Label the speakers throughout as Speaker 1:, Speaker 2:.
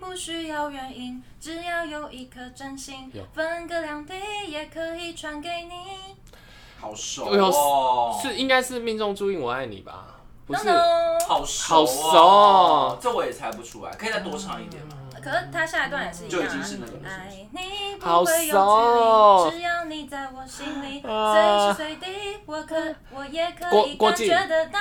Speaker 1: 不需要原因，只要有一颗真心
Speaker 2: 有，
Speaker 1: 分个两地也可以传给你。
Speaker 3: 好熟
Speaker 2: 哎呦
Speaker 3: 哦，
Speaker 2: 是应该是命中注定我爱你吧？不是，
Speaker 1: No，no
Speaker 3: 好熟、
Speaker 2: 好
Speaker 3: 哦
Speaker 2: 熟哦嗯
Speaker 3: 这我也猜不出来，可以再多唱一点吗？
Speaker 1: 可是他下一段也是一
Speaker 3: 就
Speaker 1: 样
Speaker 3: 已经是那
Speaker 1: 啊。
Speaker 3: 个了。
Speaker 1: 爱你
Speaker 2: 好
Speaker 1: 不会
Speaker 2: 骚哦
Speaker 1: 有距离，只要你在我心里，随
Speaker 2: 啊
Speaker 1: 时随地，我可我也可
Speaker 2: 郭
Speaker 1: 以
Speaker 2: 郭
Speaker 1: 感
Speaker 2: 靖
Speaker 1: 觉得到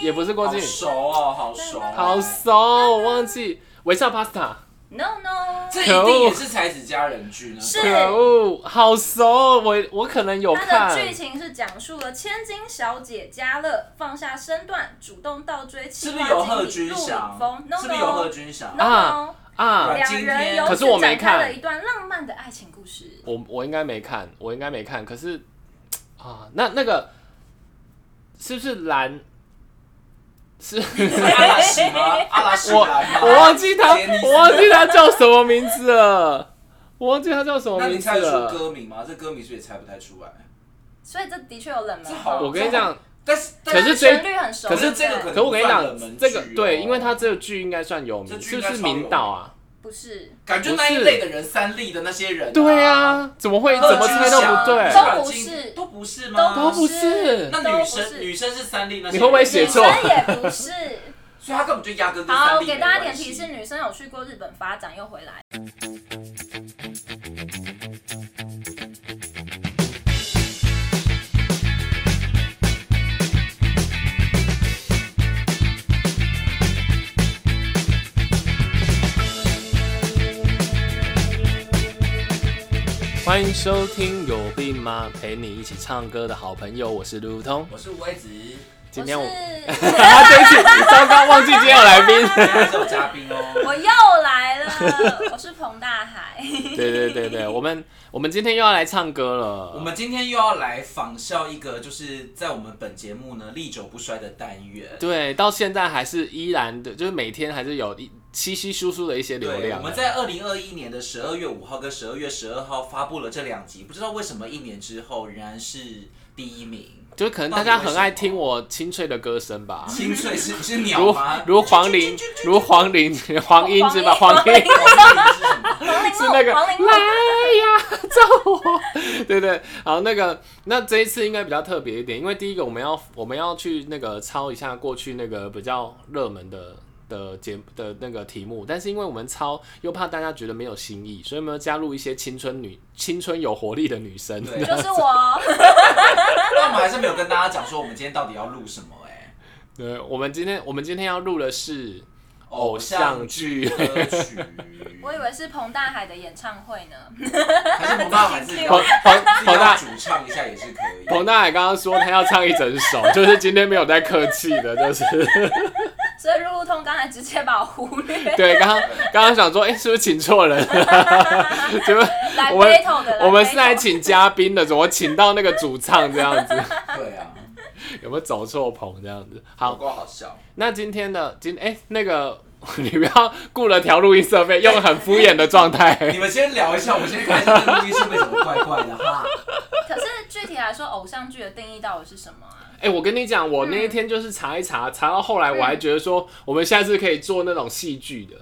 Speaker 1: 你。
Speaker 2: 也不是郭
Speaker 3: 好
Speaker 2: 靖，
Speaker 3: 熟哦，好熟，
Speaker 2: 好熟，我忘记微笑 pasta，
Speaker 1: No No，
Speaker 3: 这一定也是才子佳人啊剧呢。
Speaker 1: 是
Speaker 2: 可恶，好熟，我我可能有
Speaker 1: 它
Speaker 2: 看
Speaker 1: 的，剧情是讲述了千金小姐嘉乐放下身段，主动倒追
Speaker 3: 是
Speaker 1: 青
Speaker 3: 不
Speaker 1: 蛙
Speaker 3: 是有
Speaker 1: 经
Speaker 3: 贺
Speaker 1: 理
Speaker 3: 军
Speaker 1: 陆
Speaker 3: 翔
Speaker 1: 永峰？？
Speaker 3: 是不是有贺
Speaker 1: No
Speaker 3: 军翔
Speaker 1: No，？No
Speaker 2: 啊
Speaker 3: 对，
Speaker 1: 两
Speaker 3: 今
Speaker 1: 人
Speaker 3: 天
Speaker 1: 由
Speaker 2: 可是
Speaker 1: 此
Speaker 2: 我没
Speaker 1: 展开
Speaker 2: 看
Speaker 1: 了一段浪漫的爱情故事。
Speaker 2: 我我应该没看，我应该没看。可是啊，那那个是不是蓝？ 是
Speaker 3: 阿拉什 吗？阿拉什
Speaker 2: 我
Speaker 3: 吗
Speaker 2: 我忘记他，
Speaker 3: 杰尼斯
Speaker 2: 我忘记他叫什么名字了，我忘记他叫什么
Speaker 3: 那你
Speaker 2: 名字
Speaker 3: 猜得出
Speaker 2: 了。
Speaker 3: 歌名吗？这歌名是不是也猜不太出来？
Speaker 1: 所以这的确有冷门
Speaker 3: 这好
Speaker 1: 哈。
Speaker 2: 我跟你讲，
Speaker 3: 但是但
Speaker 2: 可是这
Speaker 1: 旋律很熟，
Speaker 2: 可
Speaker 1: 对
Speaker 2: 是
Speaker 1: 不对
Speaker 3: 这个可
Speaker 2: 可
Speaker 3: 能
Speaker 2: 是我跟你
Speaker 3: 算冷门
Speaker 2: 讲，这个
Speaker 3: 剧哦
Speaker 2: 对，因为他这个剧应该算有
Speaker 3: 这
Speaker 2: 名，
Speaker 3: 剧
Speaker 2: 是不
Speaker 3: 应该
Speaker 2: 是
Speaker 3: 超有
Speaker 2: 明导啊？
Speaker 1: 不是
Speaker 3: 感觉那一类的人，三立的那些人、
Speaker 2: 对，啊，怎么会
Speaker 3: 贺
Speaker 2: 怎么
Speaker 3: 军
Speaker 2: 猜都
Speaker 3: 翔
Speaker 2: 不对？
Speaker 1: 都
Speaker 3: 阮
Speaker 1: 不
Speaker 3: 经
Speaker 1: 是
Speaker 3: 都不是吗？
Speaker 1: 都
Speaker 2: 不是
Speaker 3: 那
Speaker 1: 都
Speaker 3: 女
Speaker 1: 不
Speaker 3: 生
Speaker 1: 是
Speaker 3: 女生是三立那些人，
Speaker 2: 你会不会写错
Speaker 1: 女生也不 是。
Speaker 3: 所以他根本就压根跟
Speaker 1: 好，
Speaker 3: 三
Speaker 1: 我
Speaker 3: 立没
Speaker 1: 给大家点
Speaker 3: 关系
Speaker 1: 提示，女生有去过日本发展又回来。
Speaker 2: 欢迎收听有病吗？陪你一起唱歌的好朋友，我是路路通。
Speaker 3: 我是吴威子，
Speaker 2: 今天我
Speaker 1: 我是
Speaker 2: 啊，对不起，糟糕，忘记今天有来宾。
Speaker 3: 今天是有嘉宾哦。
Speaker 1: 我又来 了，我是彭大海。
Speaker 2: 对对对对，我们我们今天又要来唱歌了。
Speaker 3: 我们今天又要来仿效一个，就是在我们本节目呢历久不衰的单元。
Speaker 2: 对到现在还是依然的，就是每天还是有一稀稀疏疏的一些流
Speaker 3: 对，
Speaker 2: 量啊
Speaker 3: 我。们在二零二一年的十二月五号跟十二月十二号发布了这两集，不知道为什么一年之后仍然是第一名。
Speaker 2: 就是可能大家很爱听我清脆的歌声吧，
Speaker 3: 清脆是是鸟
Speaker 2: 如
Speaker 3: 吗？
Speaker 2: 如黄龄，如黄龄， 黄莺是吧？黄莺
Speaker 3: 黄龄是什么？
Speaker 1: 黄龄
Speaker 2: 是那个
Speaker 1: 黄龄
Speaker 2: 来呀，照我， 对对，好，那个那这一次应该比较特别一点，因为第一个我们要我们要去那个抄一下过去那个比较热门的。的节的那个题目，但是因为我们抄又怕大家觉得没有新意，所以我们要加入一些青春女、青春有活力的女生。
Speaker 3: 对
Speaker 1: 就是我，
Speaker 3: 那我们还是没有跟大家讲说我们今天到底要录什么哎、
Speaker 2: 对，我们今天我们今天要录的是
Speaker 3: 偶像
Speaker 2: 剧
Speaker 3: 歌曲。
Speaker 1: 我以为是彭大海的演唱会呢。
Speaker 3: 还是彭大还是要
Speaker 2: 彭彭
Speaker 3: 自己
Speaker 2: 彭
Speaker 3: 要
Speaker 2: 大
Speaker 3: 主唱一下也是可以。
Speaker 2: 彭大海刚刚说他要唱一整首，就是今天没有在客气的，就是。
Speaker 1: 所以路路通刚才直接把我忽略，
Speaker 2: 对，刚刚刚刚想说，哎、是不是请错人了？ 结果
Speaker 1: 来
Speaker 2: 我们
Speaker 1: battle 的，来
Speaker 2: 我们是
Speaker 1: battle
Speaker 2: 来请嘉宾的，怎么请到那个主唱这样子？
Speaker 3: 对啊，
Speaker 2: 有没有走错棚这样子？
Speaker 3: 不
Speaker 2: 好，
Speaker 3: 过好笑。
Speaker 2: 那今天的今哎、那个 你不要雇了条录音设备，用很敷衍的状态。
Speaker 3: 你们先聊一下，我先看一下这录音设备怎么怪怪的哈。
Speaker 1: 可是具体来说，偶像剧的定义到底是什么啊？
Speaker 2: 哎、我跟你讲，我那一天就是查一查，查到后来我还觉得说，我们下次可以做那种戏剧的，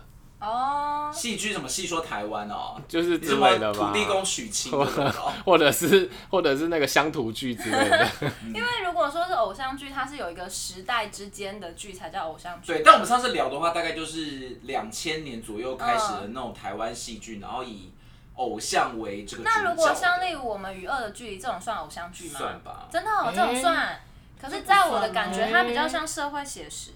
Speaker 1: 哦，
Speaker 3: 戏剧怎么戏说台湾哦？
Speaker 2: 就是
Speaker 3: 你
Speaker 2: 之
Speaker 3: 什
Speaker 2: 类
Speaker 3: 么
Speaker 2: 的吧
Speaker 3: 土。地公娶亲那种哦？
Speaker 2: 或者是或者是那个乡土剧之类 的，
Speaker 1: 因为如果说是偶像剧，它是有一个时代之间的剧才叫偶像剧。
Speaker 3: 对，但我们上次聊的话，大概就是两千年左右开始的那种台湾戏剧，然后以偶像为这个主角。
Speaker 1: 那如果像例如我们与恶的距离这种算偶像剧吗？
Speaker 3: 算吧，
Speaker 1: 真的、哦，
Speaker 2: 哎
Speaker 1: 这种算。可是，在我的感觉，
Speaker 2: 这不算哦
Speaker 1: 它比较像社会写实。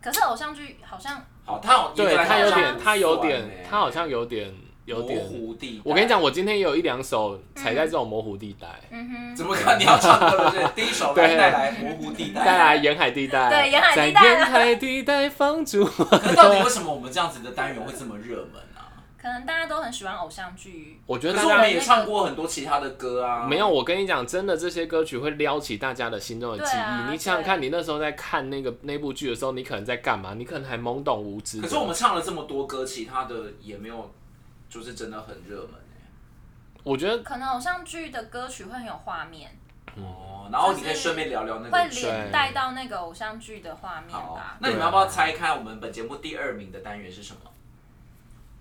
Speaker 1: 可是偶像剧好像
Speaker 3: 好，他好，
Speaker 2: 对他有
Speaker 1: 好像
Speaker 2: 点，他有点，他好
Speaker 3: 像
Speaker 2: 像有点有
Speaker 3: 欸模
Speaker 2: 点
Speaker 3: 糊地带。
Speaker 2: 我跟你讲，我今天也有一两首踩在这种模糊地带，
Speaker 1: 嗯
Speaker 3: 怎么看你要唱歌了？对，第一首来
Speaker 2: 对
Speaker 3: 带来模糊地带。
Speaker 2: 再来沿海地带，
Speaker 1: 对沿海地带
Speaker 2: 在沿海地带放 逐。
Speaker 3: 可是到底为什么我们这样子的单元会这么热门啊
Speaker 1: 哼？，可能大家都很喜欢偶像剧。
Speaker 2: 我觉
Speaker 3: 可
Speaker 2: 得
Speaker 3: 是我们
Speaker 2: 大
Speaker 3: 也唱过很多其他的歌啊。
Speaker 2: 家没有，我跟你讲，真的这些歌曲会撩起大家的心中的记
Speaker 1: 对啊
Speaker 2: 忆。你想想看，你那时候在看那个那部剧的时候，你可能在干嘛？你可能还懵懂无知的。
Speaker 3: 可是我们唱了这么多歌，其他的也没有，就是真的很热门欸
Speaker 2: 我觉得
Speaker 1: 可能偶像剧的歌曲会很有画面，
Speaker 2: 嗯
Speaker 3: 哦，然后你可以顺便聊聊那
Speaker 1: 会
Speaker 3: 个剧。
Speaker 1: 连啊带到那个偶像剧的画面
Speaker 3: 好
Speaker 1: 吧，。
Speaker 3: 那你们要不要猜看我们本节目第二名的单元是什么？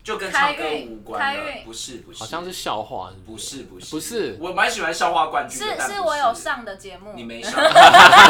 Speaker 3: 就跟唱歌
Speaker 1: 开运
Speaker 3: 无关
Speaker 1: 开
Speaker 3: 了，
Speaker 1: 运
Speaker 3: 不是不是，
Speaker 2: 好像是笑话，是
Speaker 3: 不
Speaker 2: 不是？
Speaker 3: 是不是
Speaker 2: 不是
Speaker 3: 我蛮喜欢笑话冠军的，
Speaker 1: 是
Speaker 3: 但不
Speaker 1: 是
Speaker 3: 是
Speaker 1: 我有，上的节目，
Speaker 3: 你没上，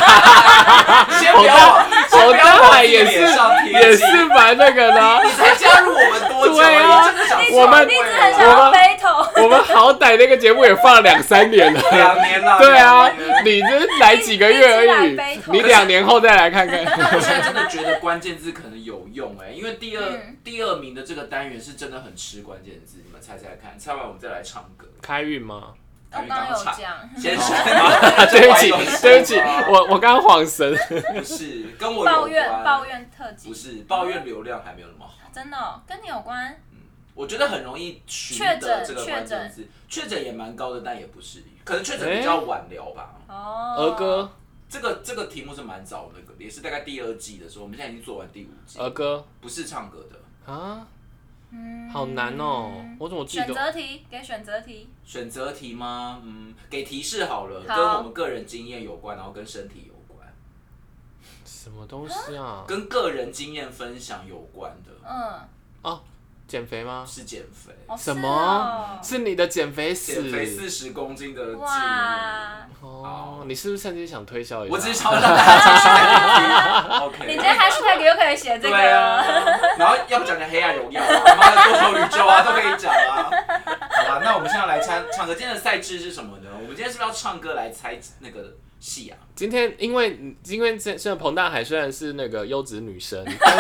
Speaker 3: 先不要往，先
Speaker 2: 好
Speaker 3: 不要往
Speaker 2: 歹
Speaker 3: 自己
Speaker 2: 也是
Speaker 3: 脸上贴金
Speaker 2: 也是蛮那个的 啊、
Speaker 3: 你才加入我们多久？
Speaker 2: 对啊
Speaker 3: 你真的想
Speaker 2: 我们
Speaker 1: 你一直
Speaker 3: 很
Speaker 1: 很想
Speaker 2: 我
Speaker 1: 要
Speaker 2: 们
Speaker 1: battle，
Speaker 2: 我们好歹那个节目也放了两 三年了。
Speaker 3: 两年了，
Speaker 2: 对啊
Speaker 3: 两年，了
Speaker 2: 你这来几个月而
Speaker 1: 你你只来北
Speaker 2: 已，你
Speaker 1: 投
Speaker 2: 两年后再来看看。
Speaker 3: 我现在真的觉得关键字可能有用哎、因为第二、
Speaker 1: 嗯
Speaker 3: 第二名的这个单元是真的很吃关键字，你们猜猜看，猜完我们再来唱歌。
Speaker 2: 开运吗？
Speaker 1: 我刚刚有讲，
Speaker 3: 先生，
Speaker 2: 对不起，对不起，我我刚刚晃神。
Speaker 3: 不是跟我有关
Speaker 1: 抱怨抱，怨特辑，
Speaker 3: 不是抱怨流量还没有那么好，
Speaker 1: 真的哦跟你有关，
Speaker 3: 我觉得很容易取得这个关键字，确诊也蛮高的，但也不是，可能确诊比较晚聊吧。
Speaker 1: 哦，
Speaker 2: 儿歌，
Speaker 3: 这个这个题目是蛮早那个，也是大概第二季的时候，我们现在已经做完第五季，
Speaker 2: 儿歌
Speaker 3: 不是唱歌的
Speaker 2: 啊，
Speaker 1: 嗯
Speaker 2: 好难哦！我怎么记
Speaker 1: 选
Speaker 2: 得？
Speaker 1: 择题给选择题，
Speaker 3: 选择题吗？嗯，给提示好了，
Speaker 1: 好
Speaker 3: 跟我们个人经验有关，然后跟身体有关，
Speaker 2: 什么东西啊？
Speaker 3: 跟个人经验分享有关的
Speaker 1: 嗯，
Speaker 2: 减肥吗？
Speaker 3: 是减肥，
Speaker 1: 哦
Speaker 2: 什
Speaker 1: 是哦
Speaker 2: 么？是你的减肥史
Speaker 3: 减肥四十公斤的 志
Speaker 1: 哇，
Speaker 2: 哦，你是不是趁机想推销一下？
Speaker 3: 我只是想让 大家继续 OK，
Speaker 1: 你今
Speaker 2: 啊
Speaker 1: 天 hashtag 又可以写这
Speaker 3: 对啊
Speaker 1: 个，，
Speaker 3: 然后要不讲讲黑暗荣耀啊，妈的多重宇宙啊，都可以讲啊。好啦，那我们现在来唱唱歌，今天的赛制是什么呢？我们今天是不是要唱歌来猜那个戏啊？
Speaker 2: 今天因为因为这虽然彭大海虽然是那个优质女 生，但是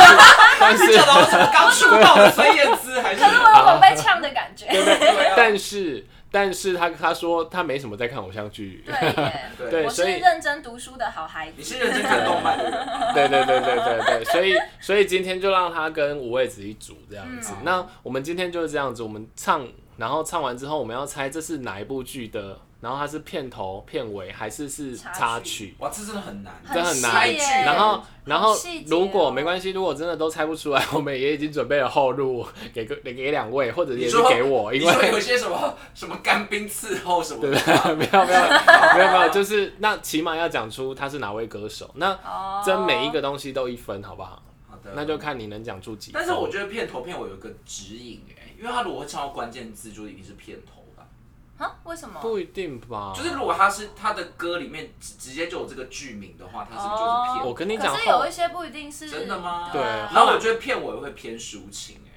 Speaker 2: 但是
Speaker 3: 这老是刚出道的孙燕姿还是？
Speaker 1: 可是我有种被呛的感觉，
Speaker 3: 对啊
Speaker 2: 但是但是他他说他没什么在看偶像剧，
Speaker 1: 对耶，
Speaker 2: 对
Speaker 1: 我
Speaker 2: 所
Speaker 1: 是
Speaker 2: 以
Speaker 1: 认真读书的好孩
Speaker 3: 你
Speaker 1: 子，
Speaker 3: 是认真看动漫的人 吗？
Speaker 2: 对对对对对对，所以所以今天就让他跟五味子一组这样子。
Speaker 3: 嗯
Speaker 2: 那我们今天就是这样子，我们唱，然后唱完之后我们要猜这是哪一部剧的，然后它是片头、片尾还是是
Speaker 1: 插
Speaker 2: 插
Speaker 1: 曲
Speaker 2: 曲。
Speaker 3: 哇，这真的很难，
Speaker 2: 真的很难
Speaker 1: 细
Speaker 3: 猜
Speaker 1: 耶
Speaker 3: 剧，
Speaker 2: 然后，然后
Speaker 1: 细节哦
Speaker 2: 如果没关系，如果真的都猜不出来，我们也已经准备了后路给个给两位，或者也
Speaker 3: 你
Speaker 2: 是
Speaker 3: 说
Speaker 2: 给我，
Speaker 3: 你
Speaker 2: 因
Speaker 3: 说
Speaker 2: 为
Speaker 3: 有些什么什么干冰伺候什么
Speaker 2: 对
Speaker 3: 的
Speaker 2: 不对？ 没有没有没有没有，就是那起码要讲出他是哪位歌手。那
Speaker 1: 哦，
Speaker 2: 真每一个东西都一分，好不好？
Speaker 3: 好的，
Speaker 2: 那就看你能讲出几分。
Speaker 3: 但是我觉得片头片尾有一个指引哎、因为他如果会唱到关键字，就一定是片头吧。
Speaker 1: 啊，为什么？
Speaker 2: 不一定吧，
Speaker 3: 就是如果他是他的歌里面直直接就有这个剧名的话，他是不是就是
Speaker 1: 哦
Speaker 3: 片尾？
Speaker 2: 我跟你讲
Speaker 1: 可是有一些不一定是
Speaker 3: 真的吗
Speaker 1: 对啊
Speaker 2: 对
Speaker 3: 然后我觉得片尾会偏抒情哎、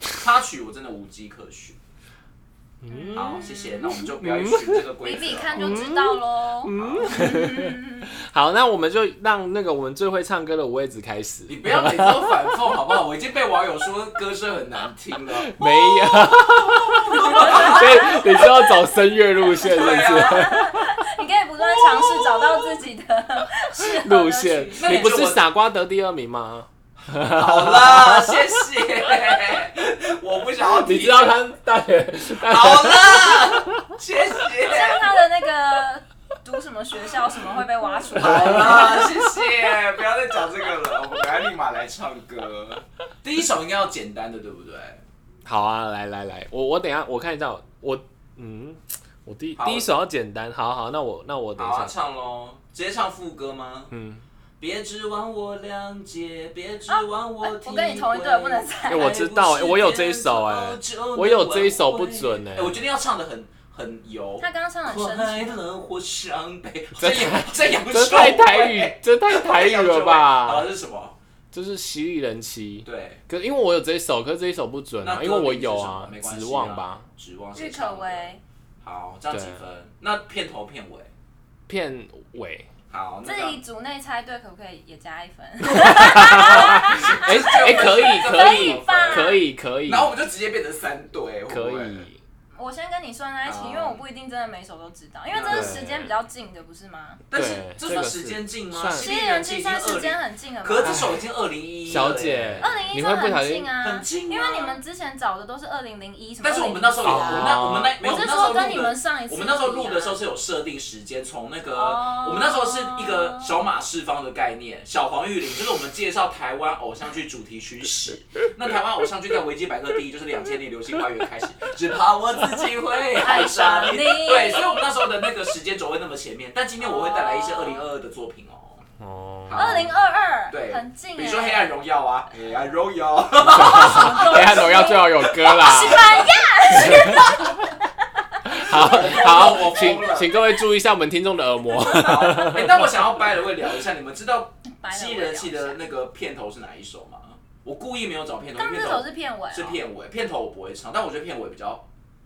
Speaker 3: 插曲我真的无迹可寻。
Speaker 2: 嗯
Speaker 3: 好，谢谢，那我们就不要去寻这个规
Speaker 1: 比
Speaker 3: 则了。
Speaker 1: 比看就知道喽。
Speaker 3: 嗯
Speaker 2: 好，那我们就让那个我们最会唱歌的五位子开始。
Speaker 3: 你不要每次都反讽好不好？我已经被网友说歌声很难听 了。
Speaker 2: 没 有，所以你是要走声乐路线，是不
Speaker 3: 对
Speaker 2: 是？
Speaker 3: 啊，
Speaker 1: 你可以不断尝试找到自己的适合的
Speaker 2: 路线
Speaker 1: 曲，
Speaker 3: 那
Speaker 2: 你
Speaker 3: 你
Speaker 2: 不是
Speaker 3: 就
Speaker 2: 傻瓜得第二名吗？
Speaker 3: 好了，谢谢。我不想要提
Speaker 2: 你知道他大学大学
Speaker 3: 好了，谢谢。
Speaker 1: 像他的那个读什么学校什么会被挖出
Speaker 3: 好
Speaker 1: 来。
Speaker 3: 了，谢谢，不要再讲这个了，我们赶快立马来唱歌。第一首应该要简单的，对不对？
Speaker 2: 好啊，来来来，我我等一下我看一下，我嗯，我第
Speaker 3: 好
Speaker 2: 第一首要简单，好好，那我那我等一
Speaker 3: 好啊，
Speaker 2: 下，
Speaker 3: 唱喽，直接唱副歌吗？
Speaker 2: 嗯，
Speaker 3: 别指望我谅解，别指望我体会、
Speaker 1: 我跟你同一队，不能猜
Speaker 2: 哎。我知道哎我有这一首哎我有这一首不准哎
Speaker 3: 哎、我决定要唱的很很油。
Speaker 1: 他刚刚唱得很
Speaker 3: 快
Speaker 1: 生气，
Speaker 3: 乐或伤悲，
Speaker 2: 这
Speaker 3: 这也这也不
Speaker 2: 这
Speaker 3: 是
Speaker 2: 太台 语，这太台语了
Speaker 3: 好，
Speaker 2: 吧？
Speaker 3: 这是什么？
Speaker 2: 就是犀利人妻，
Speaker 3: 对。
Speaker 2: 可因为我有这一首，可是这一首不准
Speaker 3: 那
Speaker 2: 啊，
Speaker 3: 歌
Speaker 2: 因为我
Speaker 3: 名是
Speaker 2: 有
Speaker 3: 什么
Speaker 2: 啊
Speaker 3: 没，关系
Speaker 2: 指望吧，，
Speaker 3: 指望
Speaker 1: 郁
Speaker 3: 谁
Speaker 1: 可
Speaker 3: 唱的
Speaker 1: 唯，
Speaker 3: 好，这样几分？那片头片尾，
Speaker 2: 片尾。
Speaker 3: 好，那
Speaker 1: 自
Speaker 3: 这样
Speaker 1: 己组内猜对可不可以也加 一分？
Speaker 2: 哎哎，可以可
Speaker 1: 可
Speaker 2: 以
Speaker 1: 以吧
Speaker 2: 可以可以
Speaker 3: 然后我们就直接变成三对，会
Speaker 2: 可
Speaker 3: 不会
Speaker 2: 以，
Speaker 1: 我先跟你算在一起，
Speaker 3: 好
Speaker 1: 因为我不一定真的每首都知道，因为这是时间比较近的，不是吗？
Speaker 3: 但是
Speaker 2: 对
Speaker 3: 这
Speaker 2: 这个
Speaker 3: 算
Speaker 2: 是
Speaker 3: 时间近吗？
Speaker 2: 算
Speaker 1: 新
Speaker 3: 利
Speaker 1: 人
Speaker 3: 季
Speaker 1: 去
Speaker 3: 已经
Speaker 1: 算时间
Speaker 3: 20，
Speaker 1: 很近了吧
Speaker 3: 可？是这首已经二零一
Speaker 2: 小姐
Speaker 1: 二零一
Speaker 2: 你会
Speaker 1: 三
Speaker 2: 不小
Speaker 1: 很
Speaker 2: 心
Speaker 1: 近啊，
Speaker 3: 很近啊
Speaker 1: 因为你们之前找的都是二零零一什么2004啊，
Speaker 3: 但是我们那时候有，我们那我们那没有，
Speaker 1: 我是
Speaker 3: 那时候
Speaker 1: 说
Speaker 3: 录的
Speaker 1: 跟你们上一啊次
Speaker 3: 我们那时候录的时候
Speaker 1: 不
Speaker 3: 是有设定时间，从那个、
Speaker 1: 哦
Speaker 3: 我们那时候是一个小马四方的概念，小黄玉林就是我们介绍台湾偶像剧主题曲 史。那台湾偶像剧在维基百科第一就是两千年《流星花园》开始，只怕我自己会爱上
Speaker 1: 爱上
Speaker 3: 你。
Speaker 1: 你
Speaker 3: 对，所以我们那时候的那个时间轴会那么前面，但今天我会带来一些二零二二的作品哦。
Speaker 2: 哦，
Speaker 3: 好
Speaker 1: 二零二二，
Speaker 3: 对
Speaker 1: 很近、欸。
Speaker 3: 比如说《黑暗荣耀》啊，《黑暗荣耀》
Speaker 2: 黑暗荣耀最好有歌啦。
Speaker 1: 西班牙，
Speaker 2: 好
Speaker 3: 我
Speaker 2: 好，请
Speaker 3: 疯了
Speaker 2: 请各位注意一下我们听众的耳 膜。
Speaker 3: 好。 哎，那我想要掰了会聊一下，你们知道
Speaker 1: 白
Speaker 3: 《
Speaker 1: 了
Speaker 3: 西
Speaker 1: 我也
Speaker 3: 人
Speaker 1: 聊
Speaker 3: 气》
Speaker 1: 一
Speaker 3: 的
Speaker 1: 下。
Speaker 3: 那个片头是哪一首吗？我故意没有找片头，因
Speaker 1: 刚
Speaker 3: 为
Speaker 1: 这
Speaker 3: 片
Speaker 1: 首
Speaker 3: 头
Speaker 1: 是片尾、哦，
Speaker 3: 是片尾，片头我不会唱，但我觉得片尾比较，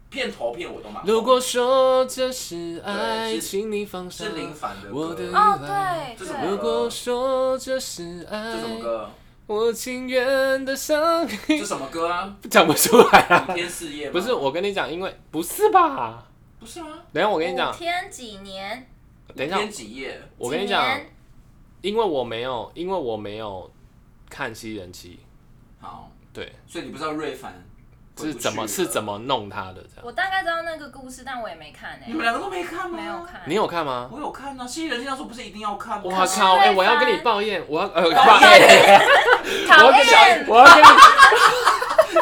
Speaker 3: 片头片尾都蛮好。
Speaker 2: 如果说这是
Speaker 3: 对
Speaker 2: 爱，
Speaker 3: 是
Speaker 2: 请你放手
Speaker 3: 是。林凡的歌，
Speaker 2: 我的
Speaker 1: 哦，对
Speaker 3: 嗯这首
Speaker 1: 对，
Speaker 2: 如果说这是爱
Speaker 3: 这，什么歌？
Speaker 2: 我情愿的伤
Speaker 3: 这
Speaker 2: 你。
Speaker 3: 什么歌啊？
Speaker 2: 讲不出来啊！
Speaker 3: 五天四夜吗？
Speaker 2: 不是，我跟你讲，因为不是吧？
Speaker 3: 不是吗？
Speaker 2: 等一下我
Speaker 1: 我
Speaker 2: 跟你讲，
Speaker 1: 天几年？
Speaker 2: 等一下
Speaker 3: 五天几夜？
Speaker 2: 我跟你
Speaker 1: 几
Speaker 2: 讲，
Speaker 1: 年
Speaker 2: 因为我没有，因为我没有看西人妻，
Speaker 3: 好，
Speaker 2: 对，
Speaker 3: 所以你不知道瑞凡啊
Speaker 2: 是怎么是怎？么弄他的这样。
Speaker 1: 我大概知道那个故事，但我也没看诶、
Speaker 3: 你们两个都没看吗？
Speaker 1: 没有，看。
Speaker 2: 你有看吗？
Speaker 3: 我有看啊。新人经常说不是一定要看吗？
Speaker 2: 我
Speaker 1: 是
Speaker 2: 靠！哎、
Speaker 1: 瑞
Speaker 2: 我要跟
Speaker 1: 凡
Speaker 2: 你抱怨，我要呃抱怨，我
Speaker 1: 讨
Speaker 2: 要跟
Speaker 1: 厌
Speaker 2: 你，我要跟你，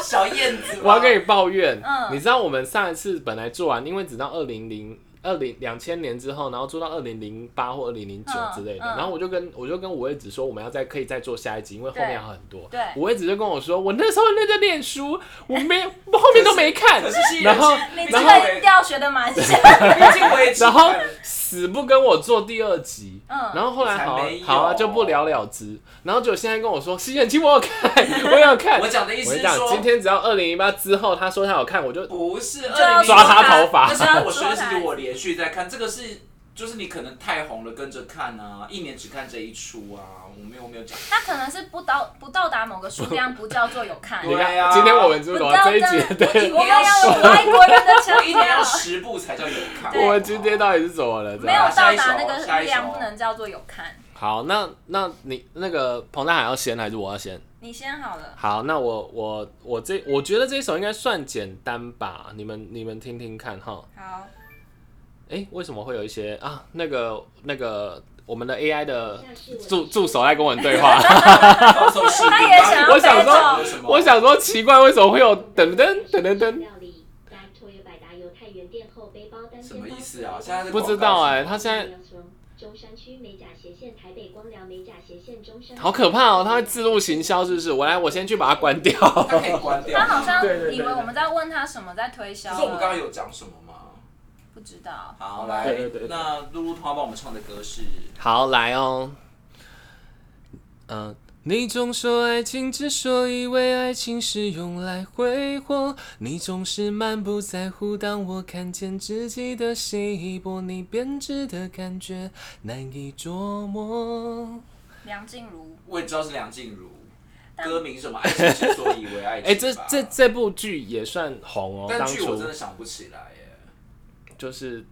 Speaker 3: 小燕子吗，
Speaker 2: 我要跟你抱怨。
Speaker 1: 嗯
Speaker 2: 你知道我们上一次本来做完，因为直到二零零二零两千年之后，然后做到二零零八或二零零九
Speaker 1: 嗯
Speaker 2: 之类的，
Speaker 1: 嗯
Speaker 2: 然后我就跟我就跟五位子说，我们要再可以再做下一集，因为后面
Speaker 1: 对
Speaker 2: 还有很多。
Speaker 1: 对
Speaker 2: 五位子就跟我说，我那时候那在念书，我没我后面都 没看
Speaker 3: 可是新，人
Speaker 2: 然后
Speaker 1: 你这
Speaker 2: 然
Speaker 3: 后
Speaker 1: 个调学的蛮像。
Speaker 3: 毕竟我也只
Speaker 2: 然后
Speaker 3: 看
Speaker 2: 死不跟我做第二集，
Speaker 1: 嗯
Speaker 2: 然后后来好啊
Speaker 3: 才没有
Speaker 2: 好啊就不了了之，然后就现在跟我说西眼睛我 有看，我有看，
Speaker 3: 我讲的意
Speaker 2: 我
Speaker 3: 思
Speaker 2: 跟你
Speaker 3: 是
Speaker 2: 讲，
Speaker 3: 说啊
Speaker 2: 今。天只要二零一八之后，他说他有看，我就
Speaker 3: 不是，
Speaker 1: 就要
Speaker 3: 2008
Speaker 2: 抓他头发
Speaker 3: 但是啊我学的时期，我连续在看，这个是就是你可能太红了，跟着看啊，一年只看这一出啊，我没有没有讲。
Speaker 1: 他可能是不到不到达某个数量，不叫做有看。
Speaker 2: 你
Speaker 3: 对
Speaker 2: 看、
Speaker 3: 啊
Speaker 2: 今天我们知
Speaker 1: 不
Speaker 2: 道
Speaker 1: 叫
Speaker 2: 这一集
Speaker 1: 做
Speaker 2: 对，
Speaker 1: 我们要有外国人的
Speaker 3: 我
Speaker 1: 腔
Speaker 3: 一年要
Speaker 1: 调，
Speaker 3: 十部才叫有看。
Speaker 1: 对
Speaker 2: 我们今天到底是怎么了？这
Speaker 1: 没
Speaker 2: 样
Speaker 1: 有
Speaker 3: 下
Speaker 1: 到
Speaker 3: 一首
Speaker 1: 达那个
Speaker 3: 下
Speaker 1: 数
Speaker 3: 一首
Speaker 1: 量，不能叫做有看。
Speaker 2: 好，那那你那个彭大海要先还是我要先？
Speaker 1: 你先好了，
Speaker 2: 好，那我我我这我觉得这一首应该算简单吧，你们你们听听看哈。
Speaker 1: 好，
Speaker 2: 哎、为什么会有一些啊？那个那个我们的 AI 的
Speaker 4: 是我
Speaker 2: 呃助助手在 跟我 对话，
Speaker 3: 放手是
Speaker 1: 他也想要
Speaker 2: 我想说
Speaker 1: 北走
Speaker 3: 有什么
Speaker 2: 我想说奇怪，为什么会有噔噔噔噔噔？
Speaker 4: 料理，达托有百达犹太原店后背包单
Speaker 3: 什么意思啊现在是
Speaker 2: 不知道哎、他现在
Speaker 4: 在中山区美甲斜线台北光疗美甲斜线中山，
Speaker 2: 好可怕哦，他会自入行销是不是？我来，我先去把它关掉。
Speaker 3: 他可以关掉
Speaker 1: 他
Speaker 3: 吗。
Speaker 1: 好像
Speaker 2: 对对对
Speaker 1: 以为我们在问他什么在推销
Speaker 3: 可
Speaker 1: 了，
Speaker 3: 是我们刚刚有讲什么吗？
Speaker 1: 不知道。
Speaker 3: 好，来，
Speaker 2: 对对对对
Speaker 3: 那露露通常帮我们唱的歌是，
Speaker 2: 好，来哦。嗯、你总说爱情之所以为爱情是用来挥霍，你总是满不在乎。当我看见自己的稀薄，你编织的感觉难以捉摸。
Speaker 1: 梁静茹，
Speaker 3: 我也知道是梁静茹，
Speaker 1: 但
Speaker 3: 歌名是什么？爱情之所以为爱情吧。
Speaker 2: 哎、这这这部剧也算红哦，
Speaker 3: 但
Speaker 2: 当
Speaker 3: 剧我
Speaker 2: 初
Speaker 3: 真的想不起来耶。
Speaker 2: 就是。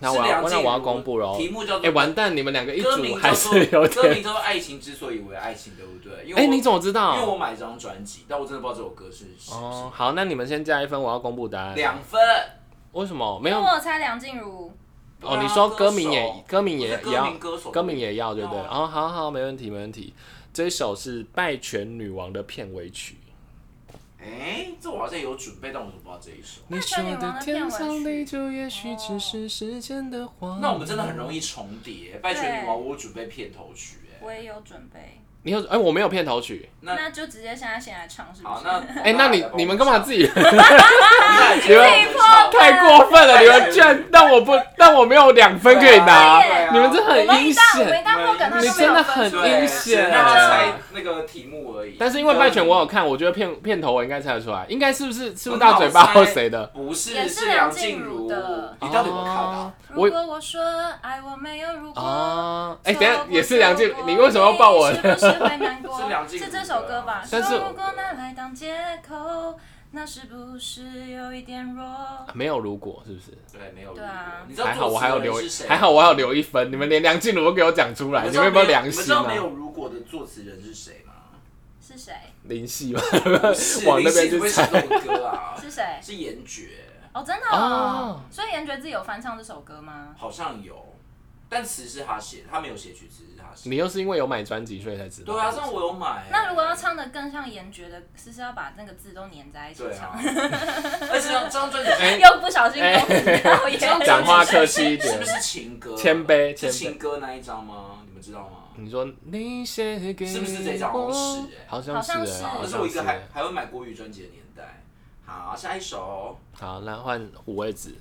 Speaker 2: 那
Speaker 3: 是
Speaker 2: 我要
Speaker 3: 梁
Speaker 2: 那
Speaker 3: 静
Speaker 2: 我要
Speaker 3: 茹
Speaker 2: 公布喽。
Speaker 3: 题目叫
Speaker 2: 哎、
Speaker 3: 做
Speaker 2: 完蛋，你们两个一
Speaker 3: 歌
Speaker 2: 组
Speaker 3: 名
Speaker 2: 还
Speaker 3: 叫做
Speaker 2: 是有
Speaker 3: 歌名
Speaker 2: 点。
Speaker 3: 叫做《爱情之所以为爱情》，对不对？因为
Speaker 2: 哎、
Speaker 3: 我
Speaker 2: 你怎么知道？
Speaker 3: 因为我买这张专辑，但我真的不知道这首歌是是
Speaker 2: 哦，
Speaker 3: 是
Speaker 2: 好，那你们先加一分，我要公布答案。
Speaker 3: 两分。
Speaker 2: 为什么没
Speaker 1: 因
Speaker 2: 有
Speaker 1: 为？我有猜梁静茹，
Speaker 2: 哦，
Speaker 3: 对啊
Speaker 2: 你说歌
Speaker 3: 手
Speaker 2: 名也歌名也
Speaker 3: 不是
Speaker 2: 也
Speaker 3: 歌
Speaker 2: 要
Speaker 3: 名歌手
Speaker 2: 歌名也要对不对？
Speaker 3: 对啊
Speaker 2: 哦，好好，没问题没问题。这一首是《拜权女王》的片尾曲。
Speaker 3: 哎，这我好像有准备，但我怎么不知道这一首？
Speaker 2: 你说的天长地久，也许只是时间的谎。
Speaker 3: 那我们真的很容易重叠，《拜权女王》我有准备片头曲，哎，
Speaker 1: 我也有准备，
Speaker 2: 你有哎，我没有片头曲。
Speaker 3: 那
Speaker 1: 那就直接现在先来唱，是不
Speaker 3: 好，
Speaker 1: 是？
Speaker 3: 那
Speaker 2: 哎，那你你们干嘛自己
Speaker 3: 己
Speaker 2: 你 太过分了？你们居然让我不让我没有两分可以拿
Speaker 1: 对，
Speaker 2: 你们真的
Speaker 1: 我
Speaker 2: 很
Speaker 1: 们一
Speaker 2: 阴
Speaker 1: 旦我们一
Speaker 2: 险。
Speaker 1: 旦不梗，他
Speaker 2: 你
Speaker 1: 就没
Speaker 2: 真的
Speaker 1: 有分
Speaker 2: 很
Speaker 1: 数。
Speaker 2: 阴
Speaker 3: 对，只
Speaker 2: 险啊
Speaker 3: 能让他猜那个题目而已。
Speaker 2: 但是因为《拜权》我有看，我觉得片片头我应该猜得出来，应该是不是是不是
Speaker 3: 很
Speaker 2: 大
Speaker 3: 好
Speaker 2: 嘴巴
Speaker 3: 猜
Speaker 2: 或谁的？
Speaker 3: 不是
Speaker 1: 也是
Speaker 3: 是
Speaker 1: 梁
Speaker 3: 静
Speaker 1: 静茹的
Speaker 3: 你到底有没有看
Speaker 2: 哦
Speaker 3: 到？
Speaker 1: 如果我说爱我没有如果，
Speaker 2: 啊，哎、
Speaker 1: 错过
Speaker 2: 等一下也是梁静
Speaker 1: 错，过
Speaker 2: 你为什么要抱我
Speaker 1: 你？是不是会难 过？
Speaker 3: 是梁静茹
Speaker 1: 是这首歌吧？
Speaker 2: 但是
Speaker 1: 说如果拿来当借口，那是不是有一点弱？
Speaker 2: 没有如果是不是？
Speaker 3: 对，没有。
Speaker 1: 对啊
Speaker 3: 你知道
Speaker 2: 还好我还有留
Speaker 3: 作词人是谁，吗
Speaker 2: 还好我还有留一分。你们连梁静茹都给我讲出来，
Speaker 3: 你
Speaker 2: 你
Speaker 3: 知道
Speaker 2: 们有没有良
Speaker 3: 你们知
Speaker 2: 心
Speaker 3: 道
Speaker 2: 啊
Speaker 3: 没？有如果的作词人是谁吗？
Speaker 1: 是谁？
Speaker 2: 灵系吧，
Speaker 3: 是
Speaker 2: 往那边去
Speaker 3: 林夕不会写这种 歌啊，
Speaker 1: 是谁？
Speaker 3: 是严爵，
Speaker 1: 哦，真的
Speaker 2: 哦
Speaker 1: 哦。所以严爵自己有翻唱这首歌吗？
Speaker 3: 好像有。但词是他写，他没有写曲词是他写。
Speaker 2: 你又是因为有买专辑，所以才知道。
Speaker 3: 对啊，像我有买、
Speaker 1: 那如果要唱的更像严爵的，是是要把那个字都粘在一起
Speaker 3: 对
Speaker 1: 唱，
Speaker 3: 啊， 而且这张这张 专辑是
Speaker 1: 又不小心弄到
Speaker 3: 这张
Speaker 1: 严。
Speaker 2: 哎讲话客
Speaker 3: 专辑
Speaker 2: 哎气一
Speaker 3: 是
Speaker 2: 点
Speaker 3: 不。是情歌？
Speaker 2: 谦卑谦
Speaker 3: 是
Speaker 2: 卑嗯
Speaker 3: 情歌那一张吗？你们知道吗？
Speaker 2: 你说你写给
Speaker 3: 是不是这张
Speaker 2: 我
Speaker 3: 是欸
Speaker 2: 好像是欸，
Speaker 1: 好像是
Speaker 2: 好
Speaker 3: 那
Speaker 2: 像
Speaker 3: 是我一个还
Speaker 2: 欸
Speaker 3: 还会买国语专辑的年代。好，下一首。
Speaker 2: 好，那换五位子。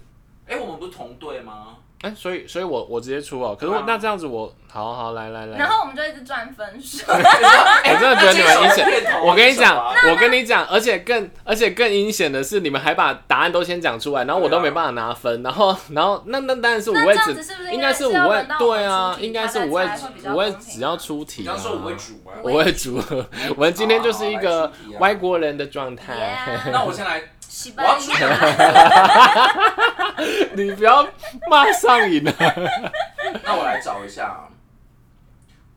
Speaker 3: 哎、我们不是同队吗？
Speaker 2: 哎、所以，所以我我直接出哦、可是我、
Speaker 3: 对啊
Speaker 2: 那这样子我，好好来来来，
Speaker 1: 然后我们就一直赚分 数，
Speaker 2: 我真的觉得 你们阴
Speaker 3: 那这首片头
Speaker 2: 险。
Speaker 3: 啊
Speaker 2: 我跟你
Speaker 3: 这首
Speaker 2: 讲
Speaker 3: 啊，
Speaker 2: 我跟你讲，而且更而且更阴险的是，你们还把答案都先讲出来，然后我
Speaker 3: 对啊
Speaker 2: 都没办法拿分，然后然后那那当然是五
Speaker 1: 那
Speaker 2: 位
Speaker 1: 这样
Speaker 2: 子
Speaker 1: 子是不是
Speaker 2: 应
Speaker 1: 应
Speaker 2: 该
Speaker 1: 该
Speaker 2: 是
Speaker 1: 是
Speaker 2: 五
Speaker 1: 要
Speaker 2: 位
Speaker 1: 轮到，我
Speaker 2: 对
Speaker 1: 们
Speaker 2: 啊
Speaker 1: 出，题
Speaker 2: 应该是
Speaker 1: 大
Speaker 2: 五位
Speaker 1: 家猜会比较
Speaker 2: 五位
Speaker 1: 公平啊
Speaker 2: 只要出题
Speaker 3: 你
Speaker 2: 啊
Speaker 3: 刚，说我会煮吗？
Speaker 2: 五位主，我们今天就是一
Speaker 3: 好
Speaker 2: 个
Speaker 3: 好来出题啊
Speaker 2: 外国人的状态，
Speaker 1: Yeah
Speaker 3: 那我先来，
Speaker 1: 西
Speaker 3: 我
Speaker 1: 班
Speaker 3: 要出
Speaker 1: 牙。
Speaker 2: 你不要骂上瘾了。啊
Speaker 3: 那我来找一下啊。